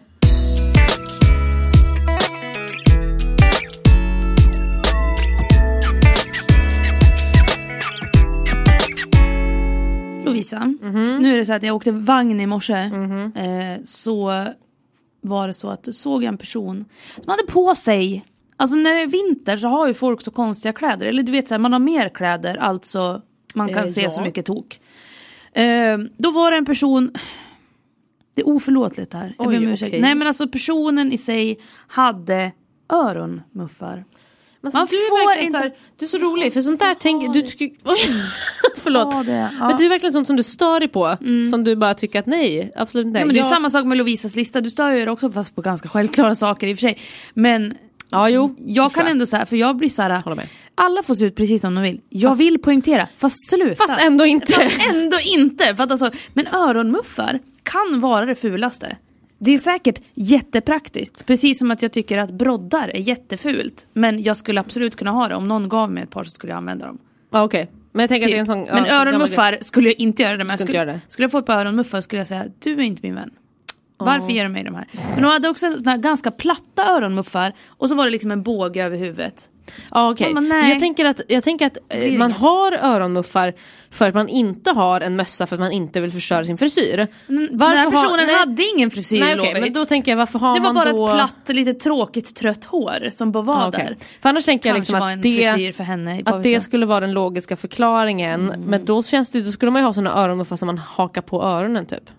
Speaker 4: Lovisa,
Speaker 2: Mhm.
Speaker 4: nu är det så att jag åkte vagn i morse. Eh, så var det så att du såg jag en person som hade på sig, alltså när det är vinter så har ju folk så konstiga kläder, eller du vet så här, man har mer kläder, alltså man kan
Speaker 2: Eh,
Speaker 4: se
Speaker 2: ja.
Speaker 4: så mycket tok. Eh, då var det en person, det är oförlåtligt det här, jag
Speaker 2: Oj,
Speaker 4: ber om ursäkt.
Speaker 2: okej.
Speaker 4: Nej men alltså personen i sig hade öronmuffar.
Speaker 2: Men
Speaker 4: Man
Speaker 2: du är
Speaker 4: får
Speaker 2: verkligen
Speaker 4: inte-
Speaker 2: Så här, du är så rolig för sånt där tänker du. tycker- [LAUGHS] Oj, förlåt.
Speaker 4: Ta det, ja. Mm.
Speaker 2: Men du är verkligen sånt som du stör dig på. Som du bara tycker att nej, absolut nej.
Speaker 4: Ja, men det är
Speaker 2: Jag-
Speaker 4: samma sak med Lovisas lista, du stör ju er också fast på ganska självklara saker i och för sig. Men
Speaker 2: ja jo.
Speaker 4: jag kan
Speaker 2: förstår.
Speaker 4: ändå säga, för jag blir så
Speaker 2: Håller med.
Speaker 4: här, alla får se ut precis som de vill. Jag vill poängtera, fast sluta.
Speaker 2: Fast ändå inte.
Speaker 4: Fast ändå inte! För att alltså, men öronmuffar kan vara det fulaste. Det är säkert jättepraktiskt, precis som att jag tycker att broddar är jättefult. Men jag skulle absolut kunna ha det, om någon gav mig ett par så skulle jag använda dem.
Speaker 2: [LAUGHS] Ja, Okej, men jag tänker att det är en sån. ja,
Speaker 4: Typ. men
Speaker 2: sån gammal
Speaker 4: öronmuffar skulle jag inte göra det med.
Speaker 2: Skulle inte
Speaker 4: Skulle,
Speaker 2: göra det.
Speaker 4: skulle jag få ett par öronmuffar skulle jag säga, du är inte min vän. Varför ger du mig de här? Men de hade också såna här ganska platta öronmuffar och så var det liksom en båge över huvudet.
Speaker 2: Ja, okej.
Speaker 4: Ja, men nej.
Speaker 2: Men Jag tänker att, jag tänker att eh, man har öronmuffar för att man inte har en mössa för att man inte vill förstöra sin frisyr.
Speaker 4: Mm, den här
Speaker 2: har-
Speaker 4: personen
Speaker 2: nej,
Speaker 4: hade ingen frisyr
Speaker 2: Nej, okej,
Speaker 4: Lovits.
Speaker 2: men då tänker jag varför har
Speaker 4: Det var
Speaker 2: man
Speaker 4: bara
Speaker 2: då...
Speaker 4: ett platt, lite tråkigt trött hår som bara var
Speaker 2: Ja, okej.
Speaker 4: där.
Speaker 2: För annars tänker jag
Speaker 4: Kanske
Speaker 2: liksom
Speaker 4: var
Speaker 2: att
Speaker 4: en
Speaker 2: det,
Speaker 4: frisyr för henne. vad
Speaker 2: att
Speaker 4: vet
Speaker 2: det
Speaker 4: jag.
Speaker 2: skulle vara den logiska Mm. förklaringen. Men då känns det, då skulle man ju ha såna öronmuffar som man hakar på öronen typ.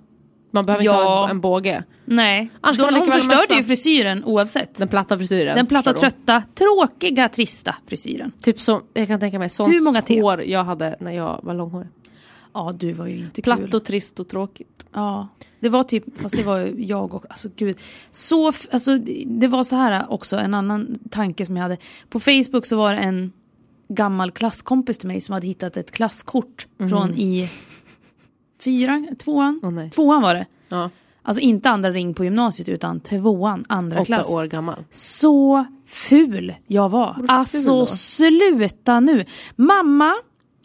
Speaker 2: Man behöver inte
Speaker 4: Ja.
Speaker 2: ha en, en båge.
Speaker 4: Nej.
Speaker 2: Annars kan man
Speaker 4: Hon, hon
Speaker 2: lika väl
Speaker 4: förstörde
Speaker 2: messa.
Speaker 4: ju frisyren oavsett.
Speaker 2: Den platta frisyren.
Speaker 4: Den platta,
Speaker 2: förstår du?
Speaker 4: trötta, tråkiga, trista frisyren.
Speaker 2: Typ som, jag kan tänka mig sånt
Speaker 4: Hur många te?
Speaker 2: hår jag hade när jag var långhårig.
Speaker 4: Ja, du var ju inte
Speaker 2: Platt och trist och tråkigt.
Speaker 4: Ja, det var typ, fast det var ju jag och, alltså gud. Så, f- alltså det var så här också, en annan tanke som jag hade. På Facebook så var det en gammal klasskompis till mig som hade hittat ett klasskort från i fyran, tvåan,
Speaker 2: Åh, nej.
Speaker 4: tvåan var det.
Speaker 2: Ja.
Speaker 4: Alltså inte andra ring på gymnasiet utan tvåan, andra
Speaker 2: Åtta
Speaker 4: klass.
Speaker 2: år gammal.
Speaker 4: Så ful jag var.
Speaker 2: då?
Speaker 4: Alltså sluta nu. Mamma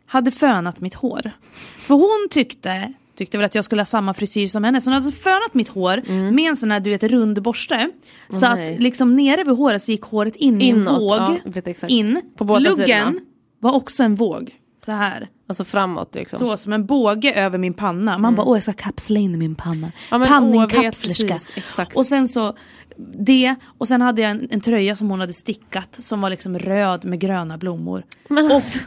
Speaker 4: hade fönat mitt hår. För hon tyckte, tyckte väl att jag skulle ha samma frisyr som henne. Så hon hade alltså fönat mitt hår med en sån här du vet rund borste. så
Speaker 2: Mm. nej.
Speaker 4: att liksom nere vid håret så gick håret in i en
Speaker 2: Inåt,
Speaker 4: våg.
Speaker 2: ja, jag vet exakt.
Speaker 4: In.
Speaker 2: På båda
Speaker 4: Luggen
Speaker 2: sidorna.
Speaker 4: var också en våg. Så här.
Speaker 2: Alltså framåt liksom. Mm.
Speaker 4: Så som en båge över min panna. Man bara, åh jag ska kapsla in min panna.
Speaker 2: Ja, men, åh, jag vet
Speaker 4: Panninkapslerska.
Speaker 2: precis, exakt.
Speaker 4: Och sen så det, och sen hade jag en, en tröja som hon hade stickat som var liksom röd med gröna blommor.
Speaker 2: Men
Speaker 4: och
Speaker 2: alltså-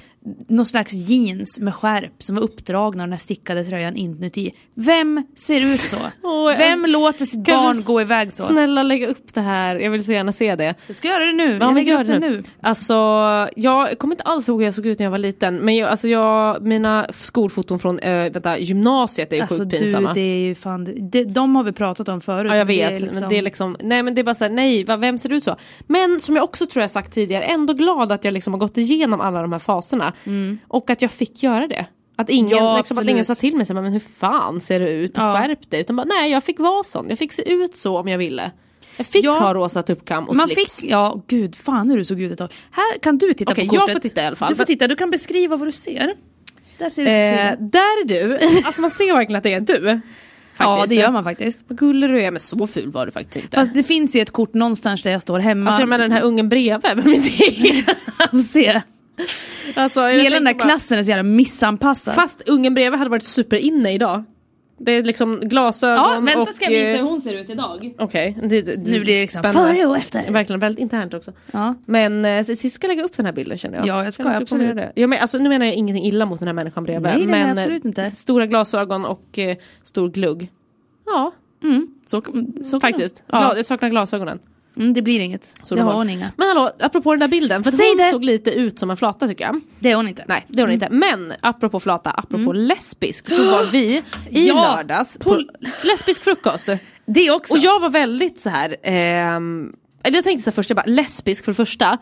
Speaker 4: någon slags jeans med skärp som var uppdragna och den här stickade tröjan inuti. Vem ser ut så?
Speaker 2: [LAUGHS] Åh, jag-
Speaker 4: Vem låter sitt
Speaker 2: Kan du
Speaker 4: barn
Speaker 2: s-
Speaker 4: gå iväg så?
Speaker 2: Snälla lägga upp det här, jag vill så gärna se det.
Speaker 4: Jag ska göra det nu.
Speaker 2: Ja,
Speaker 4: jag
Speaker 2: men
Speaker 4: lägger
Speaker 2: gör
Speaker 4: upp det
Speaker 2: det
Speaker 4: nu.
Speaker 2: nu. Alltså, jag kommer inte alls ihåg hur jag såg ut när jag var liten. Men jag, alltså jag, mina skolfoton från eh, vänta, gymnasiet är ju
Speaker 4: Alltså
Speaker 2: sjukt
Speaker 4: du,
Speaker 2: pinsamma.
Speaker 4: det är ju fan, det, de har vi pratat om förut.
Speaker 2: Ja jag
Speaker 4: men
Speaker 2: vet,
Speaker 4: det är liksom-
Speaker 2: men det är liksom, nej men det är bara såhär, nej va- vem ser ut så? Men som jag också tror jag sagt tidigare, ändå glad att jag liksom har gått igenom alla de här faserna. Och att jag fick göra det. Att ingen,
Speaker 4: Mm. Ja,
Speaker 2: liksom, att
Speaker 4: absolut.
Speaker 2: ingen sa till mig så här, men hur fan ser du ut?
Speaker 4: Ja.
Speaker 2: Skärp dig. Utan bara, nej jag fick vara sån, jag fick se ut så om jag ville. Jag fick
Speaker 4: Ja.
Speaker 2: ha rosa tuppkam och
Speaker 4: Man
Speaker 2: slips.
Speaker 4: fick, ja gud fan hur du såg ut ett tag. Här kan du titta
Speaker 2: Okej,
Speaker 4: på
Speaker 2: jag
Speaker 4: kortet.
Speaker 2: får titta i alla fall.
Speaker 4: Du får titta, du kan beskriva vad du ser. Där ser du
Speaker 2: Eh,
Speaker 4: Cecilia.
Speaker 2: där är du, [LAUGHS] alltså man ser verkligen att det är du.
Speaker 4: ja det gör man faktiskt.
Speaker 2: Vad gullig du är, men så ful var du faktiskt inte.
Speaker 4: Fast det finns ju ett kort någonstans där jag står hemma
Speaker 2: alltså jag menar den här ungen bredvid med
Speaker 4: [LAUGHS]
Speaker 2: mitt hela.
Speaker 4: och ser.
Speaker 2: Alltså, jag
Speaker 4: Hela den där
Speaker 2: tänker bara-
Speaker 4: klassen är så jävla missanpassad.
Speaker 2: Fast ungen bredvid hade varit superinne idag. Det är liksom glasögon
Speaker 4: ja, vänta
Speaker 2: och...
Speaker 4: ska jag visa
Speaker 2: eh, Mm.
Speaker 4: hur hon ser ut idag.
Speaker 2: Okej, det, det,
Speaker 4: Nu blir det liksom
Speaker 2: spännande.
Speaker 4: före och efter.
Speaker 2: Verkligen, väldigt internt också.
Speaker 4: Ja.
Speaker 2: Men eh, Cissi ska lägga upp den här bilden känner jag.
Speaker 4: Ja, jag ska,
Speaker 2: att du kommer
Speaker 4: absolut.
Speaker 2: göra det. Ja, men, alltså, nu menar jag ingenting illa mot den här människan bredvid.
Speaker 4: Nej, nej, nej,
Speaker 2: men,
Speaker 4: absolut
Speaker 2: eh,
Speaker 4: inte.
Speaker 2: Stora glasögon och eh, stor glugg. Ja,
Speaker 4: Så, kan- Mm. så kan
Speaker 2: mm, faktiskt.
Speaker 4: hon-
Speaker 2: Gla-
Speaker 4: Ja.
Speaker 2: jag saknar glasögonen.
Speaker 4: Mm, det blir inget.
Speaker 2: Så
Speaker 4: det
Speaker 2: de
Speaker 4: har hon inga.
Speaker 2: Men hallå, apropå den där bilden. För att
Speaker 4: Säg
Speaker 2: hon
Speaker 4: det.
Speaker 2: såg lite ut som en flata tycker jag.
Speaker 4: Det är hon inte.
Speaker 2: Nej det är hon inte.
Speaker 4: mm.
Speaker 2: Men apropå flata, apropå lesbisk så var
Speaker 4: [GASPS]
Speaker 2: vi i
Speaker 4: Ja,
Speaker 2: lördags på [LAUGHS] lesbisk frukost.
Speaker 4: Det också.
Speaker 2: Och jag var väldigt så här. ehm, eller jag tänkte så här först, jag bara lesbisk för det första.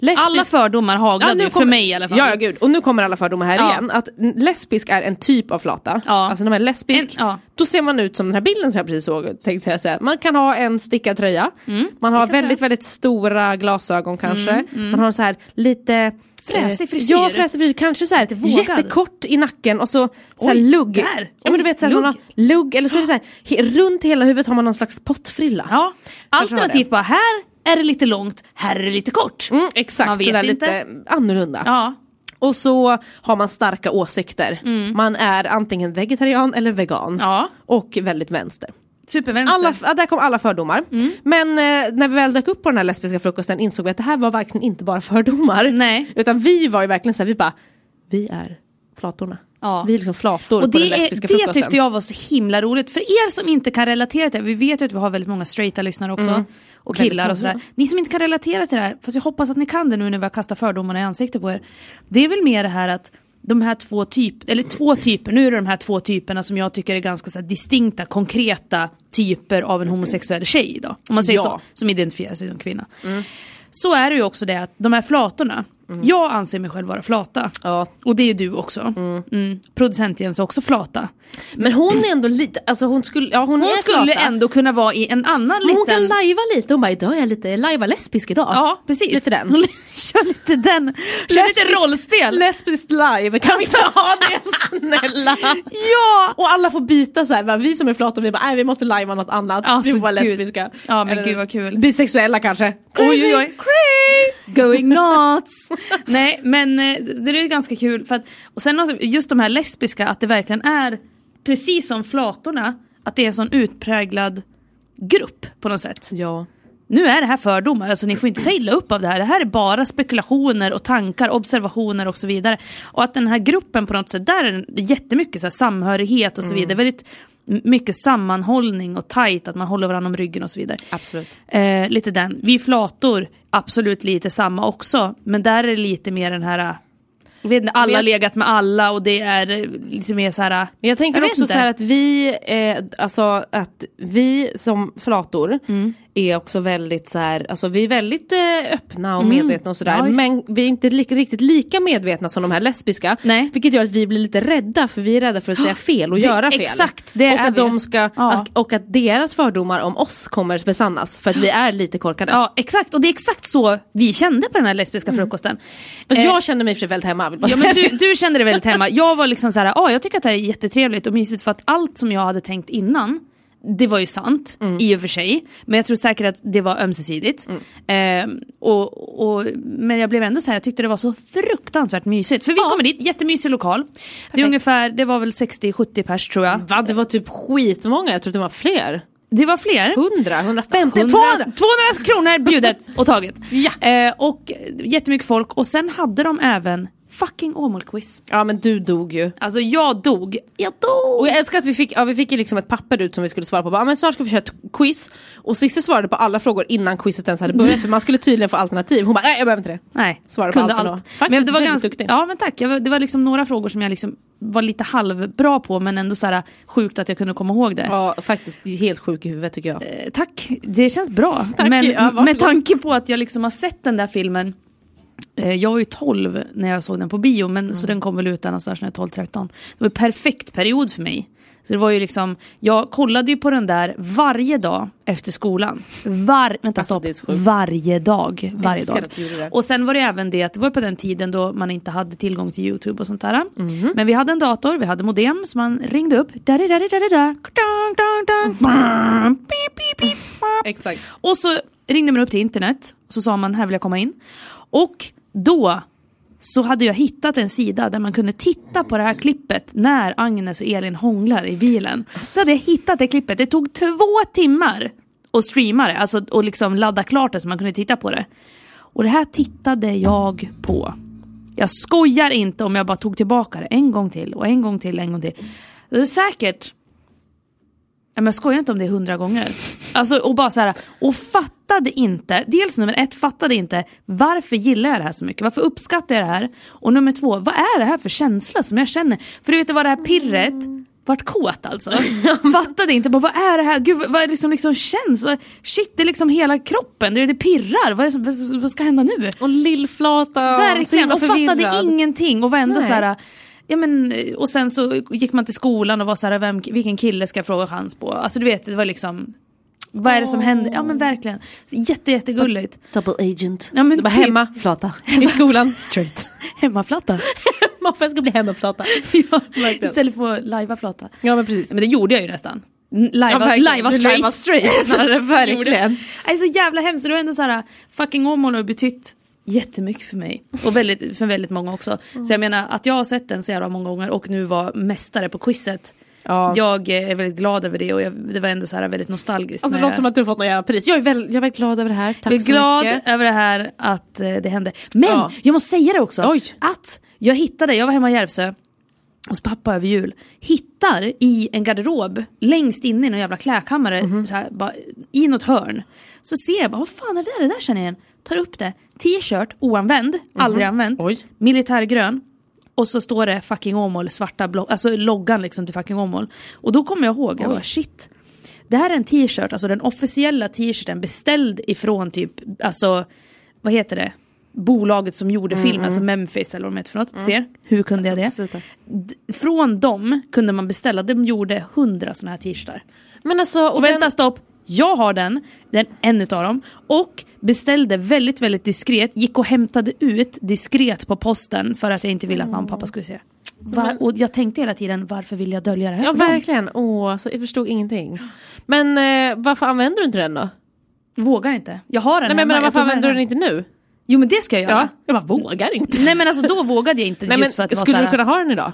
Speaker 2: Lesbisk,
Speaker 4: Alla fördomar
Speaker 2: Ja,
Speaker 4: haglade
Speaker 2: nu
Speaker 4: ju, för
Speaker 2: kommer-
Speaker 4: mig i alla fall.
Speaker 2: Ja, ja gud, och nu kommer alla fördomar här
Speaker 4: Ja.
Speaker 2: igen. Att n- lesbisk är en typ av flata.
Speaker 4: Ja.
Speaker 2: Alltså när man är lesbisk,
Speaker 4: En- ja.
Speaker 2: då ser man ut som den här bilden som jag precis såg. Tänkte jag säga. Man kan ha en stickad tröja,
Speaker 4: Mm.
Speaker 2: man har väldigt väldigt stora glasögon kanske. Man har en så här lite
Speaker 4: mm. Fräsig
Speaker 2: eh,
Speaker 4: frisyr.
Speaker 2: Ja, fräsig frisyr. Kanske så här,
Speaker 4: vågad.
Speaker 2: jättekort i nacken och så, så här
Speaker 4: Oj,
Speaker 2: lugg.
Speaker 4: där.
Speaker 2: Ja, men du vet, så här,
Speaker 4: Oj,
Speaker 2: lugg. lugg. Eller så är det så här, he- runt hela huvudet har man någon slags pottfrilla.
Speaker 4: Ja.
Speaker 2: Kanske har
Speaker 4: Alternativt bara här är det lite långt, här är det lite kort.
Speaker 2: Mm, exakt,
Speaker 4: Man vet
Speaker 2: sådär lite
Speaker 4: inte.
Speaker 2: annorlunda.
Speaker 4: Ja.
Speaker 2: Och så har man starka åsikter. Man är antingen vegetarian eller vegan.
Speaker 4: Mm. Ja.
Speaker 2: Och väldigt vänster.
Speaker 4: Supervänster.
Speaker 2: Alla, ja, där kom alla fördomar.
Speaker 4: Mm.
Speaker 2: Men eh, när vi väl dök upp på den här lesbiska frukosten insåg vi att det här var verkligen inte bara fördomar.
Speaker 4: Nej.
Speaker 2: Utan vi var ju verkligen såhär, vi bara, vi är flatorna.
Speaker 4: Ja.
Speaker 2: Vi är liksom flator
Speaker 4: och
Speaker 2: på
Speaker 4: det,
Speaker 2: den
Speaker 4: är,
Speaker 2: lesbiska
Speaker 4: det
Speaker 2: frukosten.
Speaker 4: tyckte jag var så himla roligt. För er som inte kan relatera till det, vi vet ju att vi har väldigt många straighta lyssnare också.
Speaker 2: Mm.
Speaker 4: Och killar och sådär. Ni som inte kan relatera till det här, fast jag hoppas att ni kan det nu när vi har kastat fördomarna i ansiktet på er. Det är väl mer det här att de här två typ, eller två typer, nu är det de här två typerna som jag tycker är ganska så här distinkta, konkreta typer av en homosexuell tjej idag. Om man säger
Speaker 2: Ja. Mm.
Speaker 4: så, som identifierar sig som kvinna. Så är det ju också det att de här flatorna, jag anser mig själv vara flata.
Speaker 2: Ja.
Speaker 4: Och det är ju du också. Mm. Producent Jens är också flata.
Speaker 2: Men hon är ändå lite, alltså hon skulle, ja hon,
Speaker 4: Hon
Speaker 2: är
Speaker 4: skulle
Speaker 2: flata.
Speaker 4: ändå kunna vara i en annan
Speaker 2: Men
Speaker 4: liten...
Speaker 2: Hon kan lajva lite, hon bara idag är jag lite lajva lesbisk idag.
Speaker 4: Ja, precis.
Speaker 2: Lite den.
Speaker 4: Hon [LAUGHS] kör lite den. Kör lite rollspel.
Speaker 2: Lesbiskt live, kan vi inte
Speaker 4: Alltså-
Speaker 2: ha det [LAUGHS] snälla?
Speaker 4: Ja!
Speaker 2: Och alla får byta så här, va? vi som är flata vi bara nej vi måste lajva något annat,
Speaker 4: Alltså,
Speaker 2: vi får vara
Speaker 4: gud.
Speaker 2: lesbiska.
Speaker 4: Ja, men gud, vad kul.
Speaker 2: Bisexuella kanske.
Speaker 4: Oj, oj, oj. Going nuts! [LAUGHS] Nej, men eh, det är ju ganska kul. För att, och sen också just de här lesbiska, att det verkligen är precis som flatorna, att det är en sån utpräglad grupp på något sätt.
Speaker 2: Ja.
Speaker 4: nu är det här fördomar, alltså ni får inte ta illa upp av det här. Det här är bara spekulationer och tankar, observationer och så vidare. Och att den här gruppen på något sätt, där är det jättemycket så här samhörighet och så vidare. Väldigt m- mycket sammanhållning och tajt, att man håller varandra om ryggen och så vidare.
Speaker 5: Absolut.
Speaker 4: Eh, lite den. Vi flator, absolut lite samma också. Men där är det lite mer den här, eh, jag vet inte, alla
Speaker 2: jag-
Speaker 4: legat med alla och det är eh, lite mer så här... eh,
Speaker 2: Men jag tänker
Speaker 4: Jag vet
Speaker 2: också
Speaker 4: inte.
Speaker 2: så här att vi, eh, alltså att vi som flator
Speaker 4: Mm.
Speaker 2: är också väldigt så här, alltså vi är väldigt eh, öppna och medvetna och sådär.
Speaker 4: Mm. Ja, visst.
Speaker 2: men vi är inte li- riktigt lika medvetna som de här lesbiska.
Speaker 4: Nej.
Speaker 2: Vilket gör att vi blir lite rädda för vi är rädda för
Speaker 4: [GASPS]
Speaker 2: att säga fel och
Speaker 4: Det-
Speaker 2: göra fel.
Speaker 4: exakt, det
Speaker 2: och
Speaker 4: är
Speaker 2: att
Speaker 4: vi.
Speaker 2: de ska,
Speaker 4: Ja.
Speaker 2: att, och att deras fördomar om oss kommer besannas för att vi är lite korkade.
Speaker 4: Ja exakt, och det är exakt så vi kände på den här lesbiska frukosten.
Speaker 2: Mm. Fast
Speaker 4: Eh,
Speaker 2: jag känner mig i och för sig väldigt hemma. Vill bara
Speaker 4: Ja, men du,
Speaker 2: säga.
Speaker 4: du kände dig väldigt hemma. Jag var liksom så här, ah, jag tycker att det här är jättetrevligt och mysigt för att allt som jag hade tänkt innan det var ju sant i och för sig. Men jag tror säkert att det var ömsesidigt. Eh, och, och, men jag blev ändå så här, jag tyckte det var så fruktansvärt mysigt. För vi kommer dit, jättemysig lokal. Det är ungefär, det var väl 60-70 pers tror jag.
Speaker 2: Va, det var typ skitmånga, jag trodde det var fler.
Speaker 4: Det var fler.
Speaker 2: 100, 150,
Speaker 4: 200,
Speaker 2: 200!
Speaker 4: 200 kronor bjudet och taget.
Speaker 2: Ja.
Speaker 4: Eh, och jättemycket folk och sen hade de även fucking Åmål-quiz.
Speaker 2: Ja men du dog ju.
Speaker 4: Alltså jag dog. Jag dog!
Speaker 2: Och jag älskar att vi fick, ja, vi fick ju liksom ett papper ut som vi skulle svara på. Bara, "Ah, men snart ska vi köra ett quiz. Och Cissi svarade på alla frågor innan quizet ens hade [LAUGHS] börjat. För man skulle tydligen få alternativ. Hon bara, nej jag behöver inte det.
Speaker 4: Nej,
Speaker 2: Svarade på
Speaker 4: kunde
Speaker 2: allt
Speaker 4: allt.
Speaker 2: ändå. Faktiskt
Speaker 4: men det var
Speaker 2: väldigt
Speaker 4: ganska,
Speaker 2: duktig.
Speaker 4: Ja men tack, jag, var- det var liksom några frågor som jag liksom var lite halvbra på men ändå så här sjukt att jag kunde komma ihåg det.
Speaker 2: Ja faktiskt, helt sjuk i huvudet tycker jag.
Speaker 4: Eh, Tack, det känns bra. men
Speaker 2: ja, varsågod.
Speaker 4: med tanke på att jag liksom har sett den där filmen, eh, jag var ju 12 när jag såg den på bio, men,
Speaker 2: Mm.
Speaker 4: så den kom väl ut där någonstans när jag var 12-13. Det var en perfekt period för mig. Så det var ju liksom, jag kollade ju på den där varje dag efter skolan. Var, vänta,
Speaker 2: Alltså,
Speaker 4: stopp.
Speaker 2: det är så sjukt.
Speaker 4: Varje dag. Varje
Speaker 2: älskar
Speaker 4: dag.
Speaker 2: att du gjorde det.
Speaker 4: Och sen var det även det att det var på den tiden då man inte hade tillgång till YouTube och sånt där. Men vi hade en dator, vi hade modem, så man ringde upp. Da-di-da-di-da-di-da. Dang, dang, dang. Bam. Pip, pip, pip. Bam.
Speaker 2: Exakt.
Speaker 4: Och så ringde man upp till internet, så sa man här vill jag komma in. Och då så hade jag hittat en sida där man kunde titta på det här klippet när Agnes och Elin hånglar i bilen. Så hade jag hittat det klippet, det tog två timmar att streama det, alltså och liksom ladda klart det så man kunde titta på det. Och det här tittade jag på. Jag skojar inte om jag bara tog tillbaka det en gång till och en gång till, en gång till. Det är säkert Ja, men jag skojar inte om det hundra gånger. Alltså, och bara så här, och fattade inte, dels nummer ett, fattade inte varför gillar jag det här så mycket? Varför uppskattar jag det här? Och nummer två, vad är det här för känsla som jag känner? För du vet det var det här pirret, vart
Speaker 2: [LAUGHS]
Speaker 4: kåt alltså. Fattade inte, bara, vad är det här? Gud, vad- vad är det som liksom känns? Vad- Shit, det är liksom hela kroppen, det, det pirrar. Vad, är det som, vad- vad ska hända nu?
Speaker 2: Och lillflata. så
Speaker 4: Verkligen,
Speaker 2: himla
Speaker 4: och fattade
Speaker 2: förvirrad.
Speaker 4: ingenting och var ändå
Speaker 2: Nej.
Speaker 4: så här. Ja, men, och sen så gick man till skolan och var så här, vem, vilken kille ska jag fråga chans på? Alltså du vet, det var liksom, vad är det som händer? Ja men verkligen, Så jätte, jättegulligt.
Speaker 2: Double agent.
Speaker 4: Ja, men
Speaker 2: du bara
Speaker 4: typ. [LAUGHS]
Speaker 2: hemma, flata. I skolan, [LAUGHS] straight.
Speaker 4: Hemmaflata.
Speaker 2: Maffa ska bli hemmaflata.
Speaker 4: ja,
Speaker 2: Verkligen.
Speaker 4: istället för att lajva flata.
Speaker 2: Ja men precis.
Speaker 4: Men det gjorde jag ju nästan. N-
Speaker 2: Ja,
Speaker 4: Lajva,
Speaker 2: verkligen.
Speaker 4: lajva
Speaker 2: Du
Speaker 4: straight.
Speaker 2: lajvar [LAUGHS] straight snarare, verkligen.
Speaker 4: Alltså, Det är så jävla hemskt. Det var ändå så här, fucking Åmål har betytt jättemycket för mig. Och väldigt, för väldigt många också.
Speaker 2: Mm.
Speaker 4: Så jag menar att jag har sett den så jävla många gånger och nu var mästare på quizet.
Speaker 2: Ja.
Speaker 4: Jag eh, är väldigt glad över det och jag, det var ändå så här väldigt nostalgiskt.
Speaker 2: Alltså det låter
Speaker 4: när jag-
Speaker 2: som att du har fått något jävla pris. Jag är, väl, jag är väldigt glad över det här. Tack
Speaker 4: jag är
Speaker 2: så
Speaker 4: glad
Speaker 2: mycket.
Speaker 4: över det här att eh, det hände. Men
Speaker 2: Ja.
Speaker 4: jag måste säga det också.
Speaker 2: Oj.
Speaker 4: Att jag hittade, jag var hemma i Järvsö hos pappa över jul. Hittar i en garderob längst inne i någon jävla klädkammare.
Speaker 2: Mhm.
Speaker 4: Så här, bara, I något hörn. Så ser jag bara, vad fan är det där? Det där känner jag igen. Tar upp det. T-shirt, oanvänd, aldrig använt.
Speaker 2: Mhm. Oj.
Speaker 4: Militärgrön. Och så står det fucking Åmål, svarta blå, alltså loggan liksom till fucking Åmål. Och då kommer jag ihåg, jag bara shit. Det här är en t-shirt, alltså den officiella t-shirten beställd ifrån typ, alltså vad heter det? Bolaget som gjorde
Speaker 2: Mm,
Speaker 4: filmen, alltså Memphis eller vad de heter för något. Ser, hur kunde jag det?
Speaker 2: sluta.
Speaker 4: D- Från dem kunde man beställa, de gjorde hundra sådana här t-shirtar.
Speaker 2: Men alltså, och
Speaker 4: Och
Speaker 2: den-
Speaker 4: vänta stopp, jag har den, den är en utav dem. Och beställde väldigt, väldigt diskret, gick och hämtade ut diskret på posten för att jag inte ville att mamma och pappa skulle se. Var, och jag tänkte hela tiden, varför vill jag dölja det här [LAUGHS]
Speaker 2: Ja
Speaker 4: för dem?
Speaker 2: verkligen, åh så jag förstod ingenting. Men eh, varför använder du inte den då? Nej,
Speaker 4: Vågar inte. Jag har den
Speaker 2: men jag
Speaker 4: hemma,
Speaker 2: menar, varför
Speaker 4: tog med
Speaker 2: använder du den inte nu?
Speaker 4: Jo men det ska jag
Speaker 2: Ja.
Speaker 4: göra.
Speaker 2: Jag bara vågar inte.
Speaker 4: Nej men alltså då vågade jag inte
Speaker 2: Nej, men,
Speaker 4: just för att det var
Speaker 2: skulle du
Speaker 4: såhär,
Speaker 2: kunna ha den idag?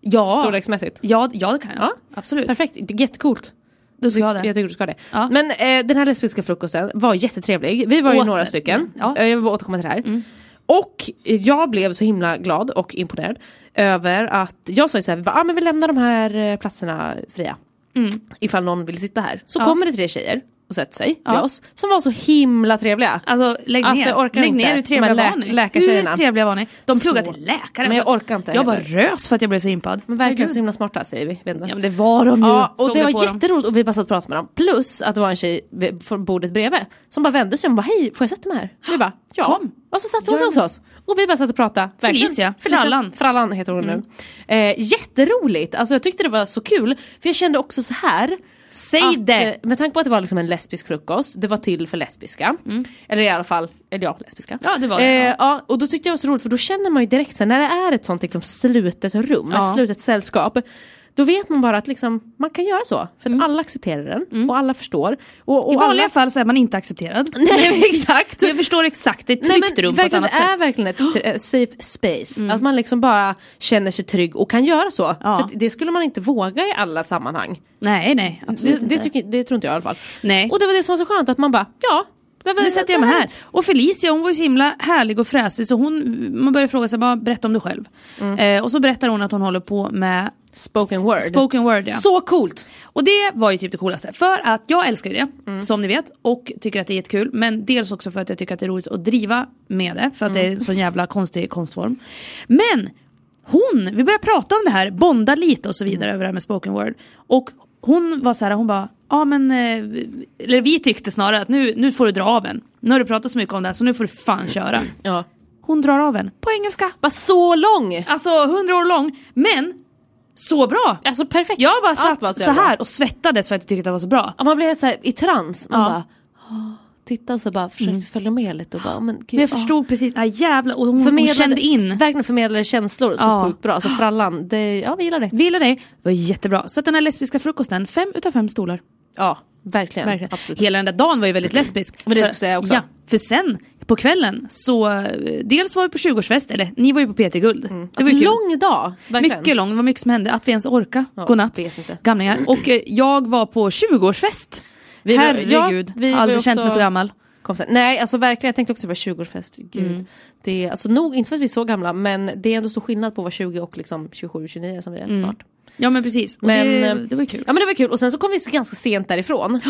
Speaker 4: ja,
Speaker 2: Storleksmässigt?
Speaker 4: ja, ja det kan jag.
Speaker 2: Ja.
Speaker 4: Absolut.
Speaker 2: Perfekt, det är jättecoolt.
Speaker 4: Du ska ha det.
Speaker 2: Jag tycker du ska ha det.
Speaker 4: Ja.
Speaker 2: Men eh, den här lesbiska frukosten var jättetrevlig. Vi var ju
Speaker 4: Åter-
Speaker 2: några stycken.
Speaker 4: Ja. Mm.
Speaker 2: Eh, Jag vill bara återkomma till det här. Och eh, jag blev så himla glad och imponerad över att jag sa ju så här, vi, bara, ah, men vi lämnar de här eh, platserna fria.
Speaker 4: Mm.
Speaker 2: Ifall någon vill sitta här. Så kommer det tre tjejer och sätter sig med oss. Som var så himla trevliga.
Speaker 4: Alltså lägg ner.
Speaker 2: Alltså, jag orkar
Speaker 4: lägg
Speaker 2: inte.
Speaker 4: ner, hur
Speaker 2: De
Speaker 4: trevliga
Speaker 2: här lä-
Speaker 4: var ni?
Speaker 2: läkartjejerna.
Speaker 4: Hur trevliga var ni? De pluggar
Speaker 2: Så.
Speaker 4: till läkare.
Speaker 2: Men jag
Speaker 4: alltså.
Speaker 2: orkar inte
Speaker 4: Jag bara
Speaker 2: heller.
Speaker 4: rös för att jag blev så impad.
Speaker 2: Men verkligen så himla smarta säger vi. Vet inte.
Speaker 4: Ja men det var de ju.
Speaker 2: Ja, och
Speaker 4: Såg
Speaker 2: det
Speaker 4: du
Speaker 2: var
Speaker 4: på dem?
Speaker 2: jätteroligt och vi bara satt och pratade med dem. Plus att det var en tjej vid- från bordet bredvid som bara vände sig och bara hej, får jag sätta mig här? Vi
Speaker 4: [GASPS]
Speaker 2: bara ja.
Speaker 4: Kom.
Speaker 2: Och så satt hon sig hos oss. Och vi bara satt och pratade. Verkligen.
Speaker 4: Felicia, Frallan. Mm.
Speaker 2: Frallan heter hon nu. Eh, jätteroligt, alltså jag tyckte det var så kul. För jag kände också så här.
Speaker 4: Säg
Speaker 2: att,
Speaker 4: det!
Speaker 2: eh, Med tanke på att det var liksom en lesbisk frukost, det var till för lesbiska. Eller i alla fall, eller ja, lesbiska.
Speaker 4: Mm. Ja, det var det,
Speaker 2: Eh,
Speaker 4: ja.
Speaker 2: ja, och då tyckte jag det var så roligt för då känner man ju direkt sen när det är ett sånt liksom, slutet rum, ett
Speaker 4: Ja.
Speaker 2: slutet sällskap. Då vet man bara att liksom, man kan göra så. För att alla accepterar den och alla förstår. Och, och
Speaker 4: Mm. I vanliga
Speaker 2: alla...
Speaker 4: fall så är man inte accepterad.
Speaker 2: [LAUGHS]
Speaker 4: [LAUGHS]
Speaker 2: Nej, exakt.
Speaker 4: Men Jag förstår exakt, det är ett
Speaker 2: Nej,
Speaker 4: tryggt
Speaker 2: men
Speaker 4: rum på ett
Speaker 2: verkligen,
Speaker 4: annat
Speaker 2: Det är
Speaker 4: sätt. Mm.
Speaker 2: verkligen ett
Speaker 4: [GASPS]
Speaker 2: tr- eh, safe space. Att man liksom bara känner sig trygg och kan göra så. För att det skulle man inte våga i alla sammanhang.
Speaker 4: Nej nej, absolut
Speaker 2: Det, det,
Speaker 4: inte.
Speaker 2: tycker, det tror inte jag i alla fall.
Speaker 4: Nej.
Speaker 2: Och det var det som var så skönt att man bara, ja. det var-
Speaker 4: Nu sätter jag mig här. Och Felicia hon var ju så himla härlig och fräsig så hon, man började fråga sig, bara, berätta om dig själv. Eh, och så berättar hon att hon håller på med
Speaker 2: Mm. Spoken word.
Speaker 4: Spoken word ja.
Speaker 2: Så coolt!
Speaker 4: Och det var ju typ det coolaste. För att jag älskar ju det, som ni vet. Och tycker att det är jättekul. Men dels också för att jag tycker att det är roligt att driva med det. För att det är en sån jävla konstig konstform. Men hon, vi började prata om det här, bonda lite och så vidare över det här med spoken word. Och hon var så här, hon bara, ja men, eh, eller vi tyckte snarare att nu, nu får du dra av en. Nu har du pratat så mycket om det här så nu får du fan köra.
Speaker 2: Ja.
Speaker 4: Hon drar av en, på engelska.
Speaker 2: Bara så lång!
Speaker 4: Alltså hundra år lång, men så bra!
Speaker 2: Alltså perfekt.
Speaker 4: Jag bara
Speaker 2: Allt var
Speaker 4: satt så
Speaker 2: jävla bra.
Speaker 4: här och svettades för att jag tyckte att det var så bra.
Speaker 2: Ja, man blev helt så här i trans. Man
Speaker 4: Ja. Mm.
Speaker 2: bara, "Åh", titta och så bara försökte följa med lite och bara, "Åh, men gud.
Speaker 4: Men jag
Speaker 2: ja."
Speaker 4: förstod precis, ah, jävla, och hon, hon
Speaker 2: Förmedlade-
Speaker 4: kände in.
Speaker 2: Verkligen förmedlade känslor så
Speaker 4: Ja.
Speaker 2: sjukt bra. Alltså frallan, det, ja vi gillar det.
Speaker 4: Vila dig, det var jättebra. Så att den här lesbiska frukosten, fem utav fem stolar.
Speaker 2: Ja, verkligen.
Speaker 4: Verkligen.
Speaker 2: Absolut. Mm.
Speaker 4: Hela den där dagen var ju väldigt lesbisk.
Speaker 2: Men det
Speaker 4: För-
Speaker 2: skulle jag säga också.
Speaker 4: Ja, för sen på kvällen så, eh, dels var vi på 20-årsfest, eller ni var ju på P3 Guld. Det var ju
Speaker 2: Alltså,
Speaker 4: kul.
Speaker 2: lång dag. Verkligen.
Speaker 4: Mycket lång, det var mycket som hände. Att vi ens orka.
Speaker 2: Ja,
Speaker 4: Godnatt.
Speaker 2: vet inte.
Speaker 4: Gamlingar.
Speaker 2: [CLEARS THROAT]
Speaker 4: Och eh, jag var på 20-årsfest.
Speaker 2: Vi var-
Speaker 4: Herregud,
Speaker 2: ja, vi var
Speaker 4: aldrig
Speaker 2: också-
Speaker 4: känt mig så gammal.
Speaker 2: Kom sen. Nej, alltså verkligen. Jag tänkte också på 20-årsfest. Gud.
Speaker 4: Mm.
Speaker 2: Det är, alltså, nog, inte för att vi är så gamla, men det är ändå stor skillnad på att vara 20 och liksom 27-29 som vi är snart.
Speaker 4: Ja men precis, Mm. och
Speaker 2: Men, eh,
Speaker 4: det, det var ju kul.
Speaker 2: Ja men det var kul och sen så kom vi ganska sent
Speaker 4: [GASPS]
Speaker 2: därifrån.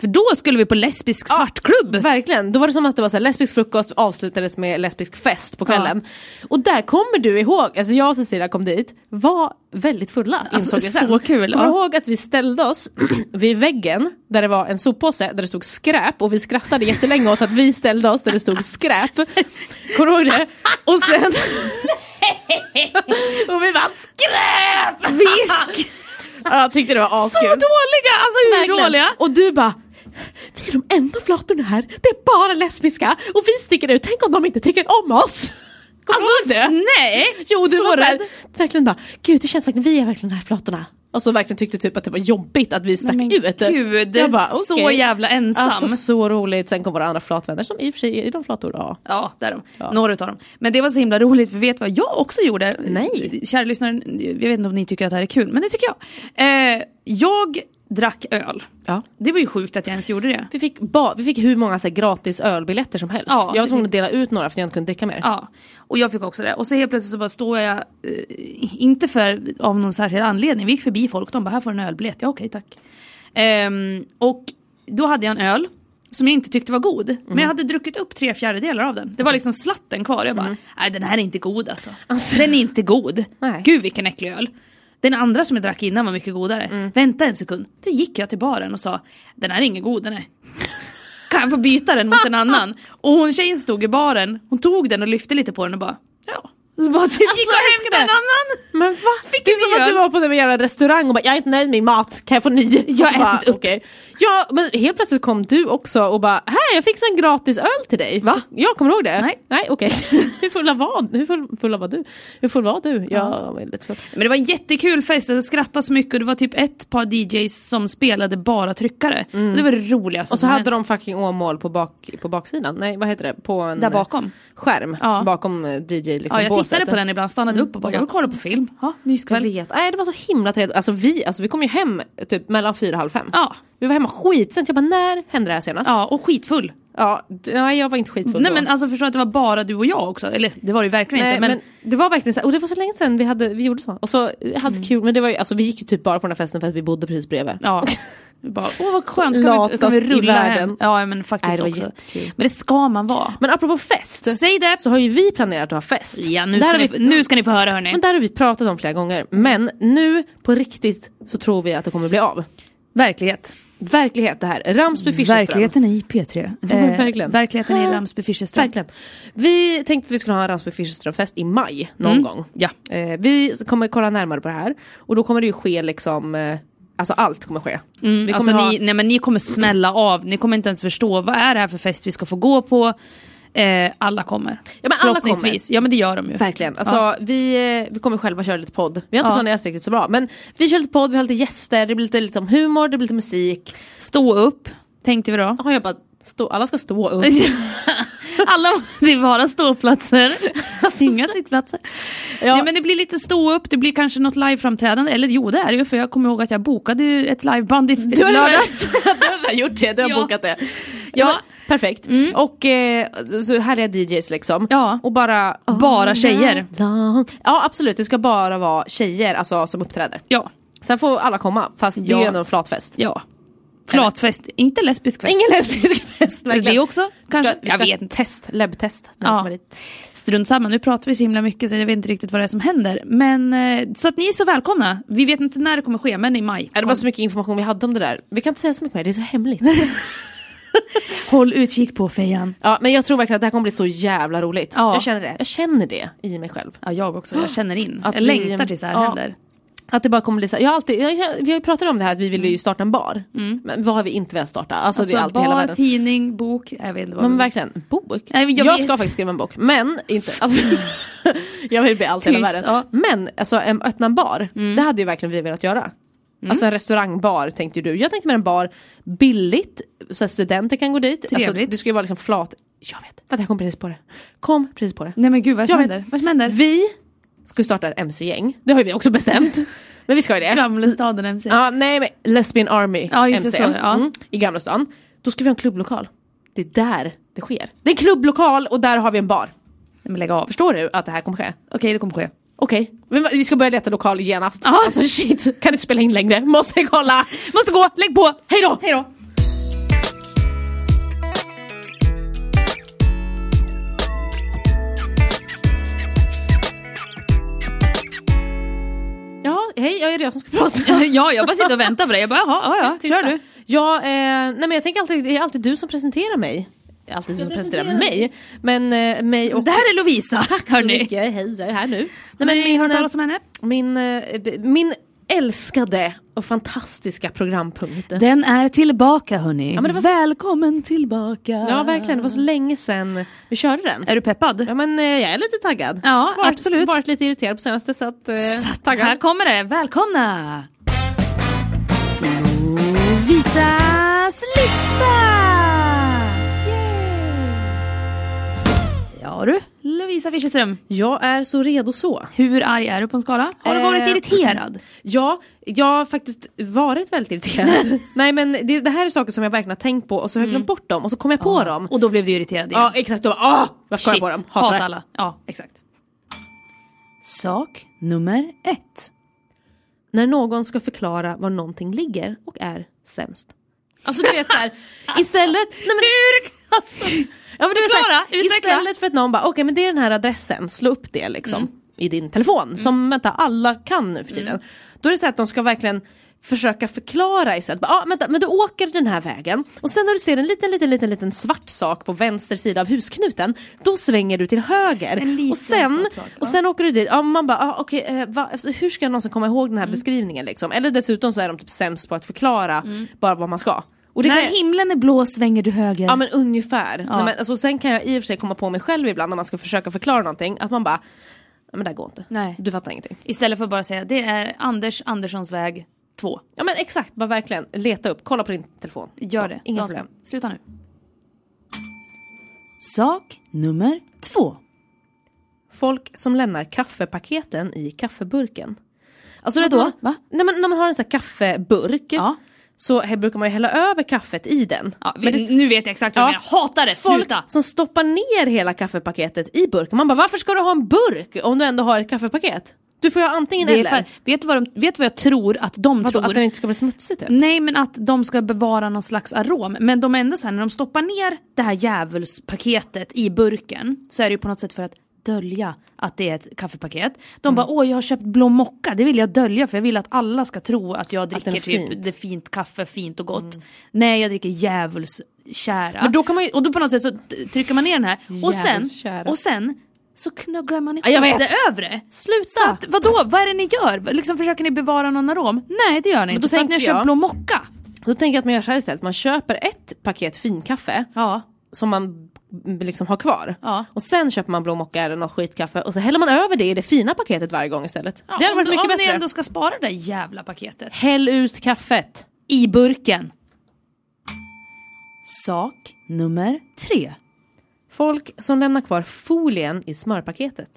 Speaker 4: För då skulle vi på lesbisk svartklubb. [LAUGHS]
Speaker 2: Verkligen, då var det som att det var så här, lesbisk frukost avslutades med lesbisk fest på kvällen. Och där kommer du ihåg, alltså jag och Cecilia kom dit, var väldigt fulla insåg jag sen.
Speaker 4: Alltså, så kul,
Speaker 2: Kommer
Speaker 4: ja.
Speaker 2: du ihåg att vi ställde oss [CLEARS THROAT] vid väggen där det var en soppåse där det stod skräp och vi skrattade jättelänge åt att vi ställde oss där det stod skräp. Kommer du ihåg det? Och sen... [LAUGHS]
Speaker 4: [LAUGHS]
Speaker 2: och vi bara skräp! Visk! Ja, jag tyckte det var askul.
Speaker 4: [LAUGHS] Så dåliga! Alltså hur dåliga?
Speaker 2: Och du bara vi är de enda flatorna här, det är bara lesbiska och vi sticker ut, tänk om de inte tycker om oss! [LAUGHS] Kommer
Speaker 4: Alltså
Speaker 2: du ihåg det?
Speaker 4: nej!
Speaker 2: Jo, du
Speaker 4: så
Speaker 2: var
Speaker 4: rädd.
Speaker 2: rädd. Verkligen bara, gud det känns verkligen, vi är verkligen de här flatorna. Och så verkligen tyckte typ att det var jobbigt att vi stack
Speaker 4: Men
Speaker 2: ut.
Speaker 4: gud,
Speaker 2: Jag bara,
Speaker 4: så
Speaker 2: okej.
Speaker 4: jävla ensam.
Speaker 2: Alltså så roligt, sen kom våra andra flatvänner som i och för sig är de flator, ja.
Speaker 4: Ja, där är de. Några utav dem. Men det var så himla roligt, för vet du vad jag också gjorde?
Speaker 2: Nej.
Speaker 4: Kära lyssnare, jag vet inte om ni tycker att det här är kul, men det tycker jag. Eh, jag drack öl.
Speaker 2: ja.
Speaker 4: Det var ju sjukt att jag ens gjorde det.
Speaker 2: Vi, fick ba- vi fick hur många så här, gratis ölbiljetter som helst.
Speaker 4: Ja,
Speaker 2: jag var
Speaker 4: det
Speaker 2: tvungen
Speaker 4: fick-
Speaker 2: att dela ut några för jag inte kunde dricka mer.
Speaker 4: Ja, och jag fick också det. Och så helt plötsligt så bara står jag, eh, inte för av någon särskild anledning, vi gick förbi folk och de bara här får du en ölbiljett, ja okej tack. Ehm, och då hade jag en öl som jag inte tyckte var god, men jag hade druckit upp tre fjärdedelar av den. Det var liksom slatten kvar, jag bara nej den här är inte god Mhm. alltså. Den är inte god,
Speaker 2: Nej.
Speaker 4: gud vilken äcklig öl. Den andra som jag drack innan var mycket godare. Vänta en sekund, då gick jag till baren och sa den här är ingen god den är kan jag få byta den mot en annan? Och hon tjejen stod i baren, hon tog den och lyfte lite på den och bara ja. Så bara typ, gick och
Speaker 2: jag älskar
Speaker 4: hämtade en
Speaker 2: det.
Speaker 4: annan.
Speaker 2: Men va?
Speaker 4: Fick
Speaker 2: det
Speaker 4: en
Speaker 2: är som att
Speaker 4: öl.
Speaker 2: du var på en jävla restaurang och bara jag är inte nöjd med min mat, kan jag få ny?
Speaker 4: Jag
Speaker 2: Och så
Speaker 4: har ätit upp.
Speaker 2: "Okej." Ja men helt plötsligt kom du också och bara här jag fixade en gratis öl till dig. Va? Jag kommer ihåg det.
Speaker 4: Nej.
Speaker 2: Nej
Speaker 4: [LAUGHS]
Speaker 2: okej. Hur fulla var, hur full, fulla var du? Hur full var du? Jag var lite full.
Speaker 4: Men det var en jättekul fest, alltså, det skrattades mycket och det var typ ett par DJs som spelade bara tryckare. Och det var det roligaste
Speaker 2: Mm. Och så
Speaker 4: som
Speaker 2: hade
Speaker 4: hänt.
Speaker 2: de fucking Åmål på, bak, på baksidan, nej vad heter det? På en
Speaker 4: Där bakom.
Speaker 2: skärm
Speaker 4: Ja.
Speaker 2: bakom eh, DJ liksom
Speaker 4: Ja, jag tittade
Speaker 5: sätt.
Speaker 4: på den ibland, stannade upp och
Speaker 2: Mm.
Speaker 4: bara, jag vill kolla på film. Ja,
Speaker 2: Jag
Speaker 4: myskväll.
Speaker 2: vet. Nej, det var så himla trevligt. Alltså vi, alltså, vi kom ju hem typ mellan fyra och halv fem.
Speaker 4: Ja.
Speaker 2: Vi var hemma skitsent. Jag bara, när hände det här senast?
Speaker 4: ja, och skitfull.
Speaker 2: Ja, d- nej jag var inte skitfull
Speaker 4: Nej
Speaker 2: då.
Speaker 4: men alltså förstår att det var bara du och jag också, eller det var det ju verkligen
Speaker 2: Nej,
Speaker 4: inte.
Speaker 2: men,
Speaker 4: Men,
Speaker 2: det var verkligen så här, och det var så länge sedan vi, hade, vi gjorde så. Och så eh, hade kul, men det var ju, alltså, vi gick ju typ bara på den här festen för att vi bodde precis bredvid.
Speaker 4: Mm.
Speaker 2: [LAUGHS]
Speaker 4: ja. Du bara, åh vad skönt, kan vi, kan
Speaker 2: Latast i
Speaker 4: vi rulla
Speaker 2: världen.
Speaker 4: hem? Ja men faktiskt
Speaker 2: Nej, det var
Speaker 4: också.
Speaker 2: jättekul.
Speaker 4: Men det ska man vara.
Speaker 2: Men apropå fest,
Speaker 4: Säg det!
Speaker 2: så har ju vi planerat att ha fest.
Speaker 4: Ja
Speaker 2: Där
Speaker 4: nu ska,
Speaker 2: har
Speaker 4: ni,
Speaker 2: vi,
Speaker 4: nu ska ni få höra hörni.
Speaker 2: Men där har vi pratat om flera gånger. Men nu på riktigt så tror vi att det kommer bli av.
Speaker 4: Verklighet.
Speaker 2: Verklighet det här. Ramsby Fischerström.
Speaker 4: Verkligheten i P3.
Speaker 2: var verkligen.
Speaker 4: Verkligheten i Ramsby Fischerström.
Speaker 2: Verkligen. Vi tänkte att vi skulle ha en Ramsby Fischerström-fest i maj någon gång.
Speaker 4: Ja.
Speaker 2: Eh, vi kommer kolla närmare på det här och då kommer det ju ske liksom, eh, alltså allt kommer ske. vi kommer
Speaker 4: Alltså,
Speaker 2: ha,
Speaker 4: ni, nej, men ni kommer smälla av, ni kommer inte ens förstå vad är det här för fest vi ska få gå på. Eh, alla kommer.
Speaker 2: Ja, men alla
Speaker 4: Förhoppningsvis. Ja men det gör de ju.
Speaker 2: Verkligen, alltså, vi, eh, vi kommer själva köra lite podd. Vi har inte
Speaker 4: Ja.
Speaker 2: planerat riktigt så bra men vi kör lite podd, vi har lite gäster, det blir lite liksom, humor, det blir lite musik.
Speaker 4: Stå upp, tänkte
Speaker 2: [LAUGHS]
Speaker 4: vi då.
Speaker 2: Har jag bara, stå, alla ska stå [LAUGHS] upp.
Speaker 4: Alla, det är bara ståplatser. Alltså, inga sittplatser. Nej, men det blir lite stå upp, det blir kanske något liveframträdande. Eller jo det är det ju för jag kommer ihåg att jag bokade ju ett liveband i
Speaker 2: Du har
Speaker 4: lördags.
Speaker 2: redan- [LAUGHS] du har redan gjort det, du har
Speaker 4: Ja.
Speaker 2: bokat det. Ja, perfekt. Och eh, så härliga DJs liksom.
Speaker 4: Ja.
Speaker 2: Och bara...
Speaker 4: Bara tjejer.
Speaker 2: Ja absolut, det ska bara vara tjejer alltså, som uppträder.
Speaker 4: Ja.
Speaker 2: Sen får alla komma, fast det är ju
Speaker 4: Ja.
Speaker 2: ändå en flatfest.
Speaker 4: ja. Flatfest, inte lesbisk fest.
Speaker 2: Ingen lesbisk fest
Speaker 4: Eller det också kanske?
Speaker 2: Ska, ska Test, läbbtest. när
Speaker 4: Ja.
Speaker 2: de kommer dit.
Speaker 4: Strunt samma, nu pratar vi så himla mycket så jag vet inte riktigt vad det är som händer. Men, eh, så att ni är så välkomna. Vi vet inte när det kommer ske, men i maj.
Speaker 2: Ja, Det var så mycket information vi hade om det där. Vi kan inte säga så mycket mer, det är så hemligt. [LAUGHS]
Speaker 4: Håll utkik på fejan.
Speaker 2: ja, men jag tror verkligen att det här kommer bli så jävla roligt.
Speaker 4: Ja.
Speaker 2: Jag känner det. Jag känner det i mig själv.
Speaker 4: Ja, jag också. Jag känner in.
Speaker 2: Att
Speaker 4: jag
Speaker 2: vi-
Speaker 4: längtar tills det här
Speaker 2: ja.
Speaker 4: händer.
Speaker 2: Att det bara kommer bli så här, jag har alltid, jag, jag, vi har ju pratat om det här att vi ville ju starta en bar. Men vad har vi inte velat starta? Mm. Alltså, det är
Speaker 4: Alltså,
Speaker 2: alltid hela
Speaker 4: bar,
Speaker 2: världen.
Speaker 4: tidning, bok. Jag vet inte vad
Speaker 2: Men
Speaker 4: vi-
Speaker 2: verkligen, bok?
Speaker 4: Nej, men
Speaker 2: jag
Speaker 4: jag vet.
Speaker 2: ska faktiskt skriva en bok, men inte... Alltså, [LAUGHS] jag vill bli allt i hela
Speaker 4: Tyst,
Speaker 2: världen.
Speaker 4: ja.
Speaker 2: Men alltså en, öppna en bar, det hade ju verkligen vi velat göra. Alltså en restaurangbar tänkte ju du. Jag tänkte med en bar, billigt, så att studenter kan gå dit. Alltså,
Speaker 4: Trevligt.
Speaker 2: det ska ju vara liksom flat. Jag vet, vänta jag kom precis på det. Kom precis på det.
Speaker 4: Nej men gud, vad
Speaker 2: Jag
Speaker 4: som
Speaker 2: vet.
Speaker 4: händer? Vad som händer?
Speaker 2: Vi ska ju starta ett mc-gäng, det har ju vi också [LAUGHS] bestämt. men vi ska ju det.
Speaker 4: Gamlestaden MC.
Speaker 2: Ja, nej men Lesbian Army
Speaker 4: Ja, just det,
Speaker 2: MC
Speaker 4: så, ja.
Speaker 2: i Gamla stan. Då ska vi ha en klubblokal. Det är där det sker. Det är en klubblokal och där har vi en bar.
Speaker 4: Nej, men lägg av. Okej,
Speaker 2: Förstår du att det här kommer ske?
Speaker 4: det kommer ske.
Speaker 2: Okej, men va- vi ska börja leta lokal genast.
Speaker 4: Ja.
Speaker 2: Alltså shit, kan du spela in längre? Måste kolla!
Speaker 4: Måste gå, lägg på!
Speaker 2: Hej då!
Speaker 4: Hej då!
Speaker 2: Ja, hej, ja, är det jag som ska [LAUGHS] prata?
Speaker 4: [LAUGHS] ja, jag bara sitter och väntar på dig. Jag bara, jaha, ja, ja,
Speaker 2: Tysta.
Speaker 4: kör du.
Speaker 2: Ja, eh, nej men jag tänker alltid, det är alltid du som presenterar mig. Det är Alltid du som presenterar mig. Men eh, mig och...
Speaker 4: Det här är Lovisa, Tack
Speaker 2: så mycket, hej jag är här nu. Nej, men
Speaker 4: Har ni
Speaker 2: min,
Speaker 4: hört
Speaker 2: eh,
Speaker 4: talas om henne?
Speaker 2: Min, eh, b- min älskade och fantastiska programpunkt.
Speaker 4: Den är tillbaka hörni.
Speaker 2: men det var så-
Speaker 4: Välkommen tillbaka.
Speaker 2: Ja verkligen, det var så länge sedan vi körde den.
Speaker 4: Är du peppad?
Speaker 2: Ja men eh, jag är lite taggad.
Speaker 4: Ja,
Speaker 2: varit,
Speaker 4: absolut.
Speaker 2: Varit lite irriterad på senaste så att... Eh, taggad.
Speaker 4: Här kommer det, välkomna! Lovisas lista! Yay! Ja du, Lovisa Fischerström.
Speaker 2: Jag är så redo så.
Speaker 4: Hur arg är du på en skala? Har du varit
Speaker 2: Eh,
Speaker 4: irriterad?
Speaker 2: Ja, jag har faktiskt varit väldigt
Speaker 4: [LAUGHS]
Speaker 2: irriterad. Nej men det, det här är saker som jag verkligen har tänkt på och så har jag
Speaker 4: Mm.
Speaker 2: glömt bort dem och så kom jag på dem.
Speaker 4: Och då blev du irriterad igen.
Speaker 2: Ja exakt, då bara, ah, varför kom jag på dem? Hatar
Speaker 4: Hatar
Speaker 2: det.
Speaker 4: alla. Ja, exakt. Sak nummer ett.
Speaker 2: När någon ska förklara var någonting ligger och är sämst. Alltså du vet såhär, [LAUGHS] istället... Nej, men, hur? Alltså, ja, men du vet, så här,
Speaker 4: Förklara, utveckla.
Speaker 2: Istället för att någon bara, okej men det är den här adressen, slå upp det liksom. I din telefon, som vänta alla kan nu för tiden. Då är det så här att de ska verkligen försöka förklara istället. Bara, Ah, vänta, men du åker den här vägen och sen när du ser en liten liten liten liten svart sak på vänster sida av husknuten då svänger du till höger.
Speaker 4: liten
Speaker 2: och, sen,
Speaker 4: svart sak,
Speaker 2: och sen åker du dit, ja, man bara ah, okej eh, va, alltså, hur ska jag någonsin komma ihåg
Speaker 4: Mm.
Speaker 2: den här beskrivningen liksom? Eller dessutom så är de typ sämst på att förklara
Speaker 4: Mm.
Speaker 2: bara vad man ska. Och det kan jag-
Speaker 4: När himlen är blå svänger du höger.
Speaker 2: Ja men ungefär. Nej, men, alltså, sen kan jag i och för sig komma på mig själv ibland när man ska försöka förklara någonting att man bara, "Nej, men det här går inte.
Speaker 4: Nej.
Speaker 2: Du fattar ingenting.
Speaker 4: Istället för att bara säga det är Anders Anderssons väg 2.
Speaker 2: Ja men exakt, bara verkligen leta upp, kolla på din telefon.
Speaker 4: Gör
Speaker 2: Så,
Speaker 4: det.
Speaker 2: Inga
Speaker 4: Dansken.
Speaker 2: problem.
Speaker 4: Sluta nu. Sak nummer två.
Speaker 2: Folk som lämnar kaffepaketen i kaffeburken. Alltså det då?
Speaker 4: Va?
Speaker 2: Nej, men när man har en sån här kaffeburk
Speaker 4: Ja.
Speaker 2: så här brukar man ju hälla över kaffet i den.
Speaker 4: Ja, vi, nu vet jag exakt vad du
Speaker 2: Ja.
Speaker 4: menar. Hatar det,
Speaker 2: Folk
Speaker 4: sluta!
Speaker 2: som stoppar ner hela kaffepaketet i burken. Man bara varför ska du ha en burk om du ändå har ett kaffepaket? Du får ju ha antingen
Speaker 4: Det är
Speaker 2: eller.
Speaker 4: för, vet, du vad de, vet du vad jag tror att de
Speaker 2: Vadå,
Speaker 4: tror?
Speaker 2: att den inte ska bli smutsig typ?
Speaker 4: Nej men att de ska bevara någon slags arom. Men de är ändå så här, när de stoppar ner det här djävulspaketet i burken så är det ju på något sätt för att dölja att det är ett kaffepaket. De
Speaker 2: Mm.
Speaker 4: bara åh jag har köpt blå mocka, det vill jag dölja för jag vill att alla ska tro att jag dricker
Speaker 2: den är
Speaker 4: typ
Speaker 2: fint. Mm.
Speaker 4: det fint kaffe, fint och gott. Nej jag dricker djävulskära.
Speaker 2: Men då kan man ju-
Speaker 4: Och då på något sätt så t- trycker man ner den här och sen,
Speaker 2: Djävulskära.
Speaker 4: och sen så knugglar man ihop
Speaker 2: Ja, jag vet.
Speaker 4: det övre. Sluta! Så att, vadå, vad är det ni gör? Liksom försöker ni bevara någon arom? Nej det gör ni
Speaker 2: Men
Speaker 4: inte.
Speaker 2: då
Speaker 4: Då tänker
Speaker 2: tänker
Speaker 4: ni köpa
Speaker 2: jag-
Speaker 4: blå mocka.
Speaker 2: Då tänker jag att man gör så här istället. Man köper ett paket finkaffe
Speaker 4: Ja.
Speaker 2: som man b- liksom har kvar.
Speaker 4: Ja.
Speaker 2: Och sen köper man blå mocka eller något skitkaffe och så häller man över det i det fina paketet varje gång istället. det hade
Speaker 4: om
Speaker 2: varit
Speaker 4: du-
Speaker 2: mycket
Speaker 4: om
Speaker 2: bättre.
Speaker 4: ni ändå ska spara det där jävla paketet.
Speaker 2: Häll ut kaffet.
Speaker 4: I burken. Sak nummer tre.
Speaker 2: Folk som lämnar kvar folien i smörpaketet.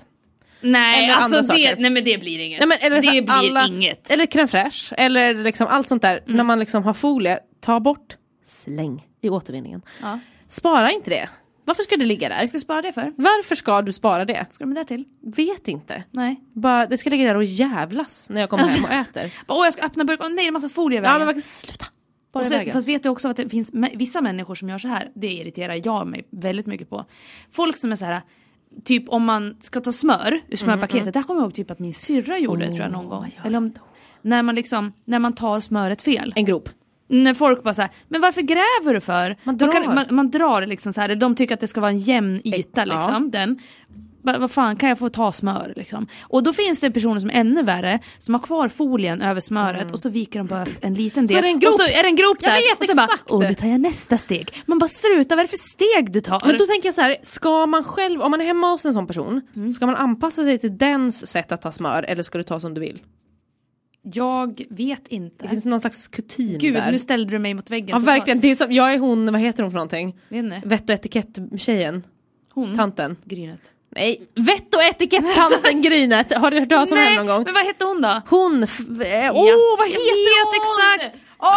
Speaker 4: Nej,
Speaker 2: Eller andra
Speaker 4: alltså det,
Speaker 2: saker.
Speaker 4: nej men det blir inget.
Speaker 2: Nej, men, eller så
Speaker 4: det
Speaker 2: här,
Speaker 4: blir inget. Mm.
Speaker 2: Eller crème fraîche, eller liksom allt sånt där. När man liksom har folie, ta bort, släng i återvinningen.
Speaker 4: Ja.
Speaker 2: Spara inte det. Varför ska det ligga där?
Speaker 4: Vad ska du spara det för? Vad
Speaker 2: Varför ska du spara det?
Speaker 4: ska du med det till?
Speaker 2: Vet inte.
Speaker 4: Nej.
Speaker 2: Bara, det ska ligga där och jävlas när jag kommer
Speaker 4: Alltså-
Speaker 2: hem och äter.
Speaker 4: Åh jag ska öppna burken, åh nej det är massa folie i
Speaker 2: Ja,
Speaker 4: vägen.
Speaker 2: men verkligen, sluta. Bara
Speaker 4: Och
Speaker 2: i
Speaker 4: sen,
Speaker 2: vägen.
Speaker 4: fast vet du också att det finns mä- vissa människor som gör så här, det irriterar jag mig väldigt mycket på. Folk som är så här, typ om man ska ta smör ur smörpaketet,
Speaker 2: Mm-hmm.
Speaker 4: det här kommer jag ihåg typ att min syrra gjorde tror jag någon gång. Eller om, när man liksom, när man tar smöret fel.
Speaker 2: En grop.
Speaker 4: När folk bara såhär, men varför gräver du för?
Speaker 2: Man
Speaker 4: Då
Speaker 2: drar.
Speaker 4: Kan, man, man drar liksom så här, de tycker att det ska vara en jämn yta liksom. Den. Va- Vad fan, kan jag få ta smör liksom? Och då finns det personer som är ännu värre, som har kvar folien över smöret och så viker de bara upp en liten del.
Speaker 2: Mm. är det en grop.
Speaker 4: Och så är det en grop
Speaker 2: Jag
Speaker 4: där.
Speaker 2: vet
Speaker 4: och så bara,
Speaker 2: exakt.
Speaker 4: åh nu tar jag nästa steg. Man bara sluta, vad är det för steg du Mm. tar?
Speaker 2: Men då tänker jag så här, ska man själv, om man är hemma hos en sån person, ska man anpassa sig till dens sätt att ta smör eller ska du ta som du vill?
Speaker 4: jag vet inte.
Speaker 2: Det finns någon slags kutym
Speaker 4: Gud,
Speaker 2: där.
Speaker 4: nu ställde du mig mot väggen.
Speaker 2: ja verkligen, det är som, jag är hon, vad heter hon för någonting?
Speaker 4: Vet inte.
Speaker 2: Vett och etikett-tjejen,
Speaker 4: Hon?
Speaker 2: tanten.
Speaker 4: Grynet.
Speaker 2: Nej, vett och [LAUGHS] etikett-tanten Grynet, har du hört talas om henne någon gång?
Speaker 4: men vad hette hon då?
Speaker 2: Hon, f- eh, åh vad
Speaker 4: jag
Speaker 2: heter
Speaker 4: vet
Speaker 2: hon?
Speaker 4: exakt!
Speaker 2: Åh!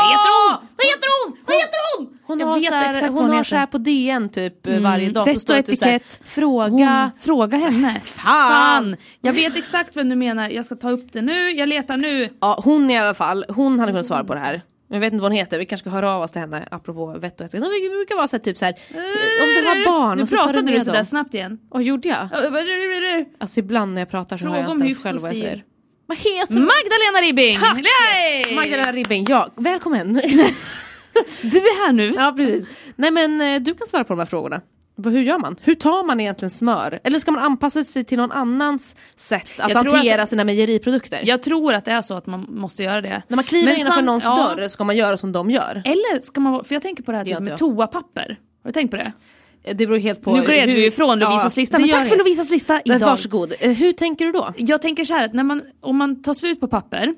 Speaker 4: Vad heter hon? Vad heter hon? Vad heter
Speaker 2: Hon
Speaker 4: hon? jag
Speaker 2: har, så här,
Speaker 4: exakt vad
Speaker 2: hon har
Speaker 4: heter.
Speaker 2: så här på DN typ eh, varje dag.
Speaker 4: Vett
Speaker 2: så står det
Speaker 4: och
Speaker 2: typ så här,
Speaker 4: etikett.
Speaker 2: Fråga.
Speaker 4: Hon, fråga henne.
Speaker 2: Fan.
Speaker 4: Jag vet exakt vem du menar, jag ska ta upp det nu, jag letar nu.
Speaker 2: Ja, hon i alla fall, hon hade kunnat svara på det här. Men jag vet inte vad hon heter, vi kanske ska höra av oss till henne apropå vett och etikett. Vi brukar vara så här, typ så här, om du har barn
Speaker 4: nu
Speaker 2: och så tar du
Speaker 4: pratade du
Speaker 2: med
Speaker 4: sådär
Speaker 2: dem.
Speaker 4: snabbt igen.
Speaker 2: Och gjorde jag? Alltså ibland när jag pratar så hör
Speaker 4: Fråga
Speaker 2: jag
Speaker 4: om
Speaker 2: inte ens
Speaker 4: hyfs och
Speaker 2: själv vad jag
Speaker 4: stil.
Speaker 2: säger. Vad heter hon?
Speaker 4: Magdalena Ribbing!
Speaker 2: Tack!
Speaker 4: Yay!
Speaker 2: Magdalena Ribbing, ja,
Speaker 4: [LAUGHS]
Speaker 2: välkommen!
Speaker 4: Du är här nu.
Speaker 2: ja precis. Nej men eh, du kan svara på de här frågorna. Vad- Hur gör man? Hur tar man egentligen smör? Eller ska man anpassa sig till någon annans sätt att
Speaker 4: Jag tror
Speaker 2: hantera
Speaker 4: att-
Speaker 2: sina mejeriprodukter?
Speaker 4: Jag tror att det är så att man måste göra det.
Speaker 2: När man kliver
Speaker 4: Men
Speaker 2: innanför
Speaker 4: sam-
Speaker 2: någons
Speaker 4: ja.
Speaker 2: dörr ska man göra som de gör.
Speaker 4: Eller ska man vara, för jag tänker på det här
Speaker 2: gör
Speaker 4: typ
Speaker 2: inte
Speaker 4: med
Speaker 2: jag.
Speaker 4: toapapper. Har du tänkt på det?
Speaker 2: Eh, Det beror helt på
Speaker 4: nu gled
Speaker 2: hur-
Speaker 4: vi ju ifrån Lovisas
Speaker 2: Ja,
Speaker 4: lista,
Speaker 2: det
Speaker 4: men
Speaker 2: gör
Speaker 4: tack för
Speaker 2: inget.
Speaker 4: Lovisas lista
Speaker 2: Nej,
Speaker 4: idag.
Speaker 2: Varsågod, Eh, hur tänker du då?
Speaker 4: Jag tänker så här att när man, om man tar slut på papper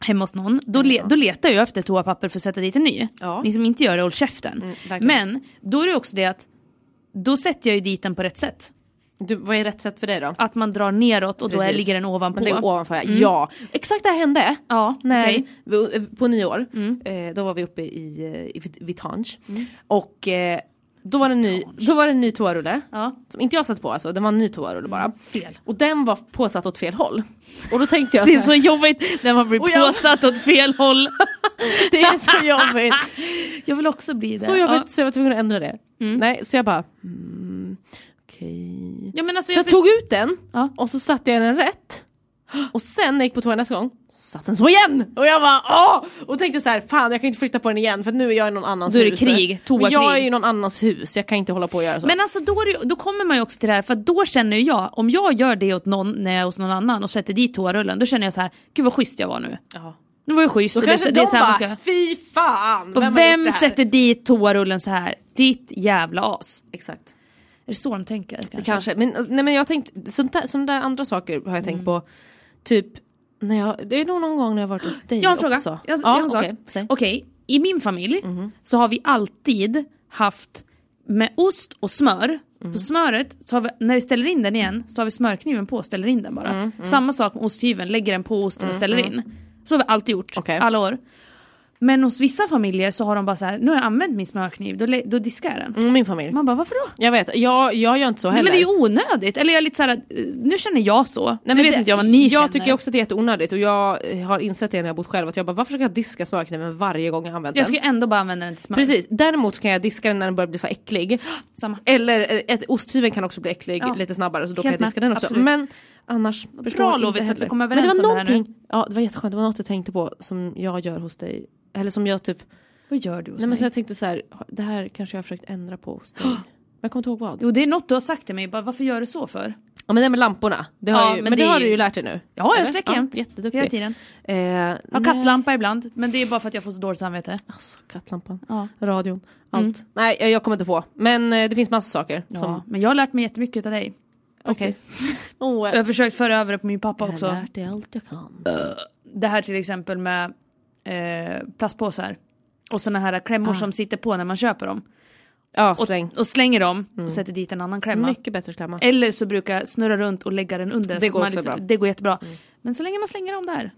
Speaker 4: hemma hos någon, då, le, då letar jag efter toapapper för att sätta dit en ny.
Speaker 2: Ja. Mm,
Speaker 4: Ni som inte gör det, håll käften.
Speaker 2: verkligen.
Speaker 4: Men då är det också det att då sätter jag ju dit den på rätt sätt.
Speaker 2: Du, vad är rätt sätt för dig då?
Speaker 4: Att man drar neråt och då är,
Speaker 2: Precis.
Speaker 4: ligger den ovanpå. Mm.
Speaker 2: Men det är ovanför, ja. Exakt det här hände.
Speaker 4: Ja,
Speaker 2: när,
Speaker 4: okej. Mm.
Speaker 2: vi- På nyår, eh, då var vi uppe i, eh, i Vit- Vitange. Och eh, då var, det en ny, då var det en ny toarulle.
Speaker 4: Ja. Mm.
Speaker 2: Som inte jag satt på alltså, den var en ny toarulle bara.
Speaker 4: Fel.
Speaker 2: Och den var påsatt åt fel håll. Och då tänkte jag
Speaker 4: Det är
Speaker 2: så
Speaker 4: så jobbigt när man blir
Speaker 2: Alltså, Och jag-
Speaker 4: påsatt åt fel håll.
Speaker 2: här, [LAUGHS] det är så jobbigt.
Speaker 4: Jag vill också bli det.
Speaker 2: Så jobbigt
Speaker 4: Ja.
Speaker 2: så jag var tvungen att ändra det. Nej, så jag bara, mm, okej.
Speaker 4: Ja, men alltså,
Speaker 2: Så jag
Speaker 4: förstår-
Speaker 2: tog ut den
Speaker 4: Ja.
Speaker 2: och så satte jag den rätt. Och sen när jag gick på toa nästa gång så satt den så igen! Och jag bara åh! Och tänkte så här, fan jag kan inte flytta på den igen för nu är jag i någon annans
Speaker 4: Då är det
Speaker 2: hus.
Speaker 4: krig,
Speaker 2: Men jag är
Speaker 4: toakrig.
Speaker 2: ju i någon annans hus, jag kan inte hålla på och göra så.
Speaker 4: Men alltså då, är det, ju- då kommer man ju också till det här, för att då känner ju jag, om jag gör det åt någon när jag är hos någon annan och sätter dit toarullen, då känner jag så här, gud vad schysst jag var nu.
Speaker 2: ja.
Speaker 4: Det var ju schysst.
Speaker 2: Då
Speaker 4: och
Speaker 2: kanske
Speaker 4: det,
Speaker 2: de
Speaker 4: det är så här man
Speaker 2: bara,
Speaker 4: ska...
Speaker 2: fy fan!
Speaker 4: Och
Speaker 2: har
Speaker 4: vem
Speaker 2: gjort det här?"
Speaker 4: sätter dit toarullen så här? Ditt jävla as.
Speaker 2: Exakt.
Speaker 4: Är det så de tänker? Kanske?
Speaker 2: Kanske, men, nej, men jag har tänkt, sånt där, sådana där andra saker har jag
Speaker 4: Mm.
Speaker 2: tänkt på. Typ, när jag, det är nog någon gång när jag varit hos dig
Speaker 4: Jag har en fråga.
Speaker 2: också.
Speaker 4: Jag,
Speaker 2: ja,
Speaker 4: jag har en sak.
Speaker 2: okej, säg.
Speaker 4: Okej, i min familj så har vi alltid haft med ost och smör På smöret, så har vi, när vi ställer in den igen så har vi smörkniven på och ställer in den bara.
Speaker 2: Mm,
Speaker 4: Samma sak med osthyveln, lägger den på osten och ställer in. Så har vi alltid gjort,
Speaker 2: Okej.
Speaker 4: alla år. Men hos vissa familjer så har de bara så här, nu har jag använt min smörkniv, då, lä- då diskar jag den.
Speaker 2: Mm, Min familj.
Speaker 4: Man bara, varför då?
Speaker 2: Jag vet, jag, jag gör inte så
Speaker 4: Nej,
Speaker 2: heller.
Speaker 4: men det är ju onödigt, eller jag är lite så här, att, eh, nu känner jag så.
Speaker 2: Nej,
Speaker 4: nu
Speaker 2: men
Speaker 4: vet
Speaker 2: det-
Speaker 4: inte jag vad ni
Speaker 2: jag
Speaker 4: känner.
Speaker 2: tycker också att det är jätteonödigt och jag eh, har insett det när jag bott själv att jag bara varför ska jag diska smörkniven varje gång jag använder
Speaker 4: jag
Speaker 2: den?
Speaker 4: ska ju ändå bara använda den till smör.
Speaker 2: Precis, däremot så kan jag diska den när den börjar bli för äcklig.
Speaker 4: Samma.
Speaker 2: Eller eh, ett, osthyveln kan också bli äcklig lite snabbare så då
Speaker 4: Helt
Speaker 2: kan jag diska
Speaker 4: med.
Speaker 2: den också.
Speaker 4: Absolut.
Speaker 2: Men annars förstår jag inte
Speaker 4: Lovits, att vi
Speaker 2: heller.
Speaker 4: kom
Speaker 2: Men
Speaker 4: överens
Speaker 2: det var
Speaker 4: om det här nu.
Speaker 2: någonting- Ja det var jätteskönt, det var något jag tänkte på som jag gör hos dig. Eller som jag typ,
Speaker 4: Vad gör du hos
Speaker 2: nej men
Speaker 4: mig?
Speaker 2: så jag tänkte så här, det här kanske jag har försökt ändra på hos
Speaker 4: [GASPS]
Speaker 2: dig. Men jag kommer inte ihåg vad.
Speaker 4: Jo det är något du har sagt till mig, bara, varför gör du så för?
Speaker 2: Ja men det med lamporna, det har,
Speaker 4: Ja,
Speaker 2: ju, men
Speaker 4: men
Speaker 2: det
Speaker 4: det är
Speaker 2: har
Speaker 4: ju-
Speaker 2: du ju lärt dig nu.
Speaker 4: Ja jag
Speaker 2: Eller?
Speaker 4: släcker jämt.
Speaker 2: jätteduktig.
Speaker 4: Hela tiden.
Speaker 2: Eh,
Speaker 4: Jag har
Speaker 2: nej.
Speaker 4: kattlampa ibland, men det är bara för att jag får så dåligt samvete.
Speaker 2: Alltså kattlampan,
Speaker 4: Ja.
Speaker 2: radion, allt. Nej jag- jag kommer inte på. Men eh, det finns massa saker.
Speaker 4: Ja,
Speaker 2: Som,
Speaker 4: men jag har lärt mig jättemycket av dig.
Speaker 2: Okej. [LAUGHS] Oh,
Speaker 4: Jag har försökt föra över det på min pappa också.
Speaker 2: dig allt jag kan.
Speaker 4: Det här till exempel med eh, plastpåsar. Och såna här klämmor som sitter på när man köper dem.
Speaker 2: Ja
Speaker 4: Och,
Speaker 2: Ah. släng. Mm.
Speaker 4: och slänger dem och sätter dit en annan klämma.
Speaker 2: Mycket bättre klämma.
Speaker 4: Eller så brukar jag snurra runt och lägga den under. så
Speaker 2: går
Speaker 4: man liksom-
Speaker 2: också bra. Mm.
Speaker 4: Det går jättebra. Men så länge man slänger dem där,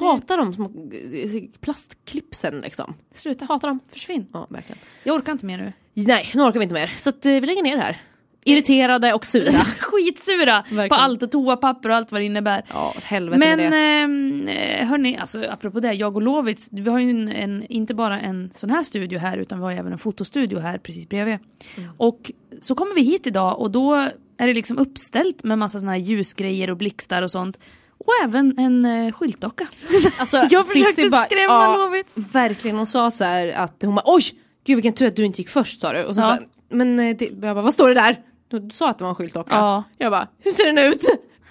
Speaker 2: Hatar de små eh, plastklipsen liksom.
Speaker 4: sluta hata dem, försvinn.
Speaker 2: Ja verkligen.
Speaker 4: Jag orkar inte mer nu.
Speaker 2: Nej nu orkar vi inte mer. Så att, eh, vi lägger ner det här. Irriterade och [LAUGHS] sura.
Speaker 4: [LAUGHS] Skitsura på allt och toapapper och allt vad det innebär.
Speaker 2: ja åt helvete
Speaker 4: Men
Speaker 2: med det.
Speaker 4: eh, hörni, alltså, apropå det, jag och Lovits, vi har ju en, en, inte bara en sån här studio här utan vi har ju även en fotostudio här precis bredvid.
Speaker 2: Mm.
Speaker 4: Och så kommer vi hit idag och då är det liksom uppställt med massa såna här ljusgrejer och blixtar och sånt. Och även en eh, skyltdocka.
Speaker 2: [LAUGHS] Alltså,
Speaker 4: jag försökte
Speaker 2: Cissi bara,
Speaker 4: skrämma
Speaker 2: ja.
Speaker 4: Lovits.
Speaker 2: Verkligen hon sa så här att hon bara oj gud vilken tur att du inte gick först sa du. Och så
Speaker 4: Ja.
Speaker 2: sa jag, men eh, det, jag bara vad står det där? Du sa att det var en skyltdocka.
Speaker 4: Ja.
Speaker 2: Jag bara hur ser den ut?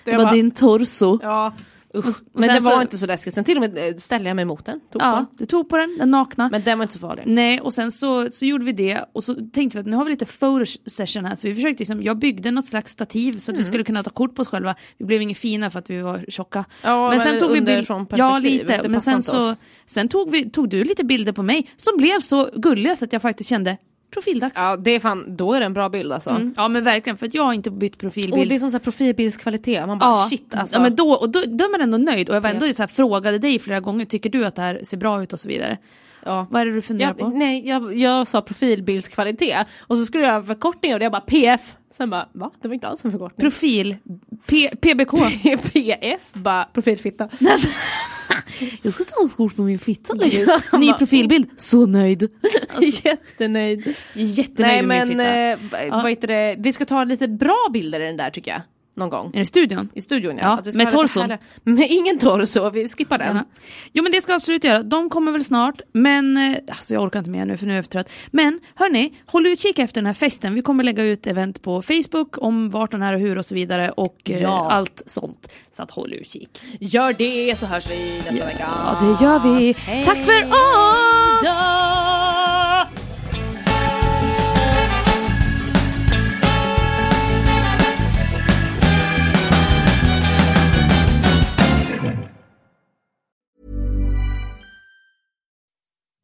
Speaker 2: Det
Speaker 4: Det var din torso.
Speaker 2: Ja, usch.
Speaker 4: sen
Speaker 2: Men det var
Speaker 4: så-
Speaker 2: inte så läskigt. Sen till och med eh, ställde jag mig emot den. Tog på
Speaker 4: Ja, Mm.
Speaker 2: den.
Speaker 4: du tog på den, den nakna.
Speaker 2: Men den var inte så farlig.
Speaker 4: Nej, och sen så, så gjorde vi det och så tänkte vi att nu har vi lite photo session här så vi försökte liksom, jag byggde något slags stativ så att
Speaker 2: Mm.
Speaker 4: vi skulle kunna ta kort på oss själva. Vi blev inga fina för att vi var tjocka.
Speaker 2: Ja,
Speaker 4: men sen
Speaker 2: men
Speaker 4: tog vi bild-
Speaker 2: underifrån
Speaker 4: Ja,
Speaker 2: perspektiv,
Speaker 4: lite.
Speaker 2: det
Speaker 4: Men
Speaker 2: passar
Speaker 4: sen,
Speaker 2: inte
Speaker 4: så,
Speaker 2: oss.
Speaker 4: sen tog, vi, tog du lite bilder på mig som blev så gulliga så att jag faktiskt kände profildags. Ja,
Speaker 2: Ja, det är fan, då är det en bra bild alltså.
Speaker 4: ja men verkligen för att jag har inte bytt
Speaker 2: Och
Speaker 4: profilbild.
Speaker 2: det är som så här profilbildskvalitet. Man bara shit alltså.
Speaker 4: ja, men då, och då, då är man ändå nöjd och jag var ändå så här, frågade dig flera gånger, tycker du att det här ser bra ut och så vidare.
Speaker 2: Ja.
Speaker 4: Vad är det du funderar på?
Speaker 2: jag, nej, jag, jag sa profilbildskvalitet och så skulle jag göra en förkortning av det. Jag bara PF. Sen bara va? Det var inte alls en förkortning.
Speaker 4: Profil, P- PBK.
Speaker 2: [LAUGHS] PF bara profilfitta.
Speaker 4: Jag ska ställa skor på min
Speaker 2: [LAUGHS]
Speaker 4: fitta längre. Ny profilbild, så nöjd.
Speaker 2: alltså. Jättenöjd. Nej
Speaker 4: Jättenöjd med min
Speaker 2: men
Speaker 4: fitta.
Speaker 2: eh, b- vad heter det? vi ska ta lite bra bilder i den där tycker jag. Någon gång.
Speaker 4: Är det studion?
Speaker 2: I studion ja.
Speaker 4: Ja,
Speaker 2: Att vi ska
Speaker 4: med
Speaker 2: ha lite
Speaker 4: torson.
Speaker 2: härliga- Men ingen torso, vi skippar den.
Speaker 4: Ja. Jo men det ska jag absolut göra. De kommer väl snart. Men, eh, alltså jag orkar inte mer nu för nu är jag för trött. Men hörni, håll utkik efter den här festen. Vi kommer lägga ut event på Facebook om vart den här och hur och så vidare. Och eh,
Speaker 2: Ja.
Speaker 4: allt sånt. Så att håll utkik.
Speaker 2: Gör det så hörs vi nästa vecka.
Speaker 4: Ja det gör vi. Tack för oss!